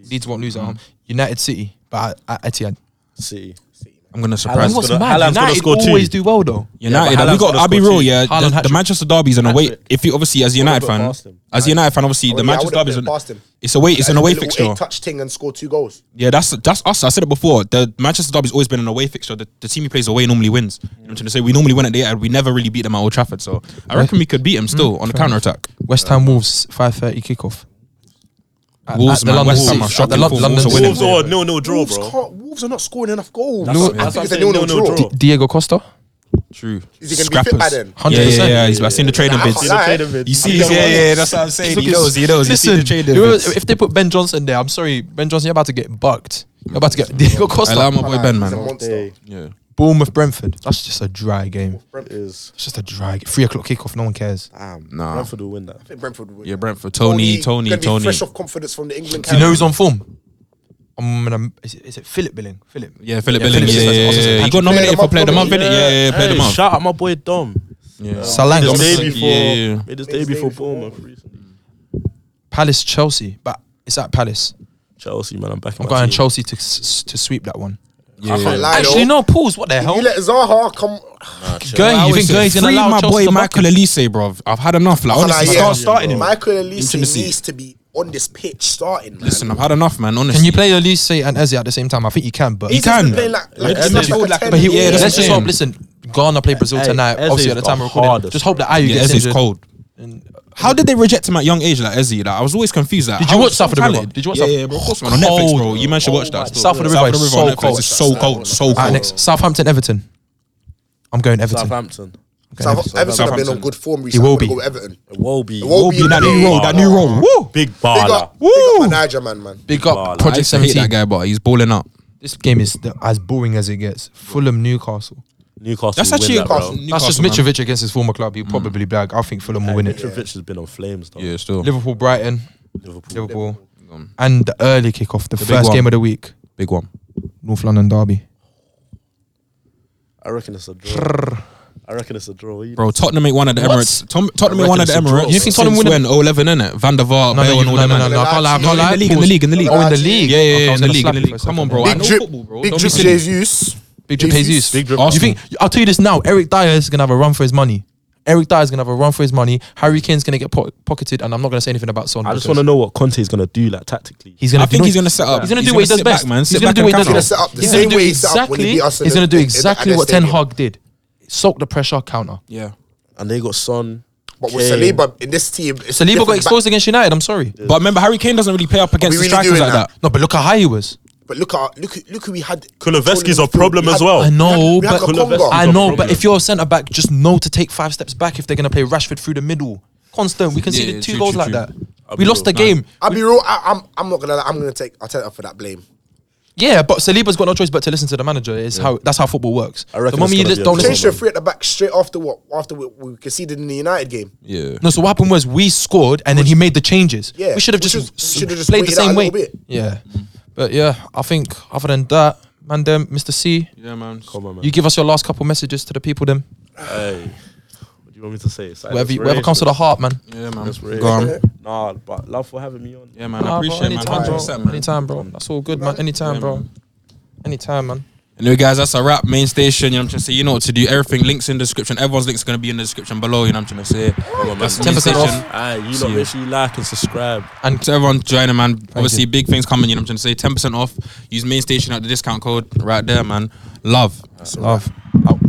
Speaker 5: Leeds won't lose at
Speaker 1: Mm-hmm.
Speaker 5: home. United City, but at at Etihad.
Speaker 6: City.
Speaker 1: I'm gonna
Speaker 5: You
Speaker 1: surprise.
Speaker 5: know what's
Speaker 6: gonna-
Speaker 5: mad?
Speaker 6: Haaland's gonna
Speaker 5: United
Speaker 6: score two.
Speaker 5: always do well though.
Speaker 1: United,
Speaker 6: Yeah, but
Speaker 1: we got.
Speaker 6: Haaland's
Speaker 1: I'll be
Speaker 6: gonna
Speaker 1: real,
Speaker 6: score two.
Speaker 1: yeah.
Speaker 5: Haaland
Speaker 1: The, the
Speaker 5: hat-trick.
Speaker 1: Manchester derby's an away.
Speaker 6: Hat-trick.
Speaker 1: If you obviously as a United
Speaker 6: would've gone
Speaker 1: fan,
Speaker 6: past him.
Speaker 1: as a United fan, obviously the
Speaker 4: yeah, I
Speaker 1: Manchester
Speaker 4: would've
Speaker 1: derby's
Speaker 4: been
Speaker 1: an-
Speaker 4: past him.
Speaker 1: it's away. It's an away fixture.
Speaker 4: Touch thing and score two goals.
Speaker 1: Yeah, that's that's us. I said it before. The Manchester derby's always been an away fixture. The, the team he plays away normally wins. You know what I'm trying to say? We normally win at the Etihad. We never really beat them at Old Trafford. So I reckon we could beat them still on the counter attack.
Speaker 5: West Ham Wolves 5:30 kickoff. At-
Speaker 1: Wolves,
Speaker 5: at
Speaker 1: man,
Speaker 5: London
Speaker 1: West Ham
Speaker 5: City-
Speaker 1: are
Speaker 5: at
Speaker 1: shocking
Speaker 5: the Lon-
Speaker 1: form.
Speaker 5: London
Speaker 1: Wolves are winning.
Speaker 5: City.
Speaker 6: Wolves or no, no draw,
Speaker 4: Wolves,
Speaker 6: bro.
Speaker 4: can't, Wolves are not scoring enough goals.
Speaker 6: That's what-
Speaker 4: I
Speaker 6: that's what
Speaker 4: think it's a
Speaker 6: I'm saying,
Speaker 4: nil-nil
Speaker 6: nil-nil
Speaker 4: draw.
Speaker 6: draw.
Speaker 5: Diego Costa.
Speaker 1: True.
Speaker 4: Is he gonna be fit by then?
Speaker 1: Yeah, yeah, yeah.
Speaker 5: 100%.
Speaker 1: he's- I've seen the trading
Speaker 4: Nah, I
Speaker 1: bids.
Speaker 4: can't lie.
Speaker 1: You see, yeah, yeah, that's what I'm saying. He knows, he knows. You see the
Speaker 5: Listen,
Speaker 1: trading
Speaker 5: you know,
Speaker 1: bids.
Speaker 5: if they put Ben Johnson there, I'm sorry, Ben Johnson, you're about to get bucked. You're about to get Diego
Speaker 1: I love
Speaker 5: Costa.
Speaker 1: my boy Ben,
Speaker 4: He's a
Speaker 1: man.
Speaker 4: monster.
Speaker 1: Yeah.
Speaker 5: Bournemouth Brentford. That's just a dry game.
Speaker 6: It is.
Speaker 5: It's just a dry. Game. Three o'clock kickoff. No one cares.
Speaker 1: Nah.
Speaker 6: Brentford will win that.
Speaker 4: I think Brentford will win.
Speaker 1: Yeah, Brentford. Tony, Tony,
Speaker 4: gonna be
Speaker 1: Tony.
Speaker 4: Fresh off confidence from the England.
Speaker 5: Do you know
Speaker 4: camp.
Speaker 5: who's on form? I'm gonna. Is it, is it Philip Billing? Philip.
Speaker 1: Yeah, Philip
Speaker 5: Yeah,
Speaker 1: Billing.
Speaker 5: Philip
Speaker 1: Yeah,
Speaker 5: Billing.
Speaker 1: yeah,
Speaker 5: Billing.
Speaker 1: yeah. He got
Speaker 5: Billing.
Speaker 1: nominated for
Speaker 4: Billing.
Speaker 1: Player of the Month, innit? Yeah, yeah, Player of the Month.
Speaker 6: Shout out my boy Dom.
Speaker 1: Yeah.
Speaker 5: Salang.
Speaker 6: Made his
Speaker 5: obviously.
Speaker 6: day before.
Speaker 1: Yeah, yeah, yeah.
Speaker 6: Made his
Speaker 4: Made
Speaker 6: day
Speaker 4: his
Speaker 6: before
Speaker 4: day before
Speaker 6: Bournemouth recently.
Speaker 5: Palace. Chelsea. But it's at Palace.
Speaker 6: Chelsea, man, I'm back.
Speaker 5: I'm
Speaker 6: in my
Speaker 5: going
Speaker 6: team.
Speaker 5: Chelsea to s- to sweep that one.
Speaker 4: I can't lie,
Speaker 5: Actually,
Speaker 4: though.
Speaker 5: no. Pause. What the
Speaker 4: If
Speaker 5: hell?
Speaker 4: You let Zaha come.
Speaker 5: Guernsey,
Speaker 1: I
Speaker 5: you
Speaker 1: always
Speaker 5: think
Speaker 1: say,
Speaker 5: Guernsey's gonna
Speaker 1: free
Speaker 5: allow
Speaker 1: my
Speaker 5: Chelsea
Speaker 1: boy
Speaker 5: to mark
Speaker 1: Michael
Speaker 5: him?
Speaker 1: Elise, bro. I've had enough. Like, honestly,
Speaker 4: Like, yeah,
Speaker 1: start starting him.
Speaker 4: Michael Elise
Speaker 1: Into the seat.
Speaker 4: needs to be on this pitch starting. Man.
Speaker 1: Listen, I've had enough, man. Honestly,
Speaker 5: Can you play Elise and Eze at the same time? I think you can, but
Speaker 1: He
Speaker 4: He's just
Speaker 1: can.
Speaker 4: been playing like, like,
Speaker 1: Yeah,
Speaker 4: he's
Speaker 1: yeah,
Speaker 4: just like,
Speaker 1: yeah.
Speaker 4: a
Speaker 1: But he-
Speaker 4: 10.
Speaker 1: yeah, that's
Speaker 5: let's just
Speaker 1: saying.
Speaker 5: hope. Listen, Ghana play Brazil
Speaker 6: Hey,
Speaker 5: tonight.
Speaker 6: Eze's
Speaker 5: obviously, at the
Speaker 6: the
Speaker 5: time of recording,
Speaker 6: hardest,
Speaker 5: just hope that Ayu
Speaker 1: Yeah,
Speaker 5: gets
Speaker 1: Eze's
Speaker 5: injured.
Speaker 1: cold.
Speaker 5: And-
Speaker 1: How did they reject him at young age, like Ezzy? Like, I was always confused. Like,
Speaker 5: Did
Speaker 1: how
Speaker 5: you
Speaker 1: is
Speaker 5: watch
Speaker 1: he
Speaker 5: South of the
Speaker 1: talented?
Speaker 5: River? Did you watch
Speaker 1: yeah,
Speaker 5: South-
Speaker 1: yeah, bro, of course, man. On Netflix,
Speaker 5: Cold,
Speaker 1: bro. You man should
Speaker 6: bro.
Speaker 1: watch that.
Speaker 6: Oh
Speaker 1: still.
Speaker 5: my South of the River is
Speaker 1: on
Speaker 5: so
Speaker 1: Netflix
Speaker 5: cold.
Speaker 1: is so cold. So
Speaker 5: Alright,
Speaker 1: cold.
Speaker 5: next Southampton Everton. I'm going Everton.
Speaker 6: Southampton.
Speaker 5: I'm going
Speaker 4: South-
Speaker 5: Everton.
Speaker 4: Everton have been on
Speaker 1: Southampton.
Speaker 4: good form
Speaker 5: He
Speaker 4: recently.
Speaker 5: will
Speaker 4: I'm gonna
Speaker 5: be.
Speaker 4: Go Everton.
Speaker 6: It will be.
Speaker 4: Won't
Speaker 1: Obi, that new role, that new role. Woo!
Speaker 6: Big
Speaker 4: Big
Speaker 6: baller.
Speaker 4: up, big up
Speaker 1: Woo!
Speaker 4: my Niger man, man.
Speaker 5: Big up
Speaker 6: Bro,
Speaker 1: I
Speaker 5: Project
Speaker 1: used to hate that
Speaker 5: 17.
Speaker 1: guy, but he's balling up.
Speaker 5: This game is the, as boring as it gets. Fulham Newcastle.
Speaker 6: Newcastle.
Speaker 1: That's
Speaker 6: will
Speaker 1: actually
Speaker 6: win that, bro.
Speaker 1: Newcastle,
Speaker 5: That's just
Speaker 1: man.
Speaker 5: Mitrovic against his former club. He'll probably blag. I think Fulham will win it.
Speaker 6: Mitrovic has been on flames though.
Speaker 1: Yeah, still
Speaker 5: Liverpool Brighton.
Speaker 6: Liverpool.
Speaker 5: Liverpool. And the early kickoff, the,
Speaker 1: big
Speaker 5: first
Speaker 1: one.
Speaker 5: game of the week.
Speaker 1: big one.
Speaker 5: North London Derby.
Speaker 6: I reckon it's a draw. I reckon it's a draw. You
Speaker 1: Bro, Tottenham make one at the
Speaker 5: What?
Speaker 1: Emirates. Tom, Tottenham make one at the
Speaker 6: reckon it's a draw.
Speaker 1: Emirates.
Speaker 5: You think Tottenham
Speaker 1: Since
Speaker 5: win
Speaker 1: when? 011 in it. Van der Vaart,
Speaker 5: No,
Speaker 1: Bale,
Speaker 5: no,
Speaker 1: and
Speaker 5: no,
Speaker 1: all
Speaker 5: no,
Speaker 1: them.
Speaker 5: no,
Speaker 1: man.
Speaker 5: no, I can't lie. I can't
Speaker 1: In
Speaker 5: lie.
Speaker 1: the league, in the league, in the league.
Speaker 5: Oh, in the league.
Speaker 1: Yeah, yeah,
Speaker 5: Okay, I
Speaker 1: yeah,
Speaker 5: was
Speaker 1: in the
Speaker 5: gonna
Speaker 1: league, in
Speaker 5: slap
Speaker 1: the
Speaker 5: you for a
Speaker 1: league. Come on, bro.
Speaker 5: second.
Speaker 1: I
Speaker 4: Big
Speaker 1: know
Speaker 4: drip,
Speaker 1: football, bro.
Speaker 4: big
Speaker 1: Don't be
Speaker 4: drip,
Speaker 1: silly.
Speaker 4: Jesus.
Speaker 5: Big drip Jesus.
Speaker 6: Big drip.
Speaker 5: Do you think? I'll tell you this now. Eric Dyer is gonna have a run for his money. Eric Dyer is gonna have a run for his money. Harry Kane's gonna get po- pocketed, and I'm not gonna say anything about Son.
Speaker 6: I just want
Speaker 5: because
Speaker 6: to know what Conte is gonna do like tactically.
Speaker 5: He's gonna.
Speaker 1: I
Speaker 5: do-
Speaker 1: think he's gonna set up.
Speaker 5: He's gonna do what he does
Speaker 1: sit back,
Speaker 5: best,
Speaker 1: man.
Speaker 5: He's
Speaker 1: Sit
Speaker 5: gonna
Speaker 1: back
Speaker 5: do
Speaker 1: and
Speaker 5: what he does
Speaker 1: counter.
Speaker 4: He's gonna set up
Speaker 5: best.
Speaker 4: the
Speaker 5: He's
Speaker 4: same
Speaker 5: gonna do
Speaker 4: way he set up when he
Speaker 5: exactly.
Speaker 4: beat us in
Speaker 5: He's
Speaker 4: the-
Speaker 5: gonna do
Speaker 4: in the-
Speaker 5: exactly
Speaker 4: at the
Speaker 5: what Ten
Speaker 4: stadium.
Speaker 5: Hag did. Soak the pressure, counter.
Speaker 1: Yeah.
Speaker 6: and they got Son.
Speaker 4: But with
Speaker 6: Kane.
Speaker 4: Saliba in this team, it's
Speaker 5: Saliba
Speaker 4: different
Speaker 5: got
Speaker 4: back-
Speaker 5: exposed against United. I'm sorry.
Speaker 1: But remember, Harry Kane doesn't really play up against
Speaker 4: we
Speaker 1: the
Speaker 4: really
Speaker 1: strikers
Speaker 4: doing
Speaker 1: like
Speaker 4: that?
Speaker 1: that.
Speaker 5: No, but look how high he was.
Speaker 4: But look at look at- look who we had.
Speaker 6: Kuleveski's a
Speaker 4: controlling the
Speaker 6: problem
Speaker 4: field. We
Speaker 6: as
Speaker 4: had-
Speaker 6: well.
Speaker 5: I know,
Speaker 4: we had
Speaker 5: but
Speaker 4: Lukonga.
Speaker 6: Kuleveski's
Speaker 5: I
Speaker 6: a
Speaker 5: know,
Speaker 6: problem.
Speaker 5: but if you're a centre back, just know to take five steps back if they're gonna play Rashford through the middle. Constant. We conceded
Speaker 1: yeah,
Speaker 5: two
Speaker 1: true,
Speaker 5: goals
Speaker 1: true,
Speaker 5: like
Speaker 1: true.
Speaker 5: that. we lost the game.
Speaker 4: I'll be real. I, I'm I'm not gonna. Lie, I'm gonna take Arteta for that blame.
Speaker 5: Yeah, but Saliba's got no choice but to listen to the manager. Is how that's how football works.
Speaker 6: I reckon
Speaker 5: the
Speaker 6: it's
Speaker 5: moment you
Speaker 6: gonna
Speaker 5: lis-
Speaker 6: be a
Speaker 5: don't
Speaker 6: draw.
Speaker 4: Changed
Speaker 5: listen.
Speaker 4: to three at the back straight after what? After we, we conceded in the United game.
Speaker 1: Yeah.
Speaker 5: No, so what happened was we scored and then he made the changes.
Speaker 4: Yeah,
Speaker 5: we should have
Speaker 4: we
Speaker 5: just,
Speaker 4: should- we should have just
Speaker 5: played the
Speaker 4: waited out
Speaker 5: same
Speaker 4: a
Speaker 5: way.
Speaker 4: little bit.
Speaker 5: Yeah, but yeah, I think other than that, man, them, Mr. C,
Speaker 1: Yeah, man.
Speaker 6: Come on, man.
Speaker 5: you give us your last couple messages to the people, them,
Speaker 6: Hey, what do you want me to say? It's like
Speaker 5: whatever, you-
Speaker 6: inspiration.
Speaker 5: whatever comes to the heart, man.
Speaker 1: Yeah, man.
Speaker 6: It's real.
Speaker 1: Go on.
Speaker 6: Nah, but love for having me on.
Speaker 1: Yeah, man. I
Speaker 5: Nah, bro,
Speaker 1: appreciate it, man.
Speaker 5: anytime,
Speaker 1: 100%,
Speaker 5: bro.
Speaker 1: man.
Speaker 5: Anytime, bro. That's all good, man. Anytime,
Speaker 1: Yeah,
Speaker 5: bro.
Speaker 1: man.
Speaker 5: Anytime, man.
Speaker 1: Anyway, guys, that's a wrap. Main station, you know what I'm trying to say. You know what to do. Everything, links in the description. Everyone's links going to be in the description below, you know what I'm trying to say. That's main
Speaker 5: 10% off.
Speaker 1: station.
Speaker 6: Aye, you
Speaker 1: See
Speaker 6: lot
Speaker 1: you.
Speaker 6: make sure you like and subscribe.
Speaker 1: And to everyone joining, man, obviously
Speaker 5: you.
Speaker 1: big things coming, you know what I'm trying to say. 10% off. Use main station at the discount code right there, man. Love.
Speaker 5: Love. Out.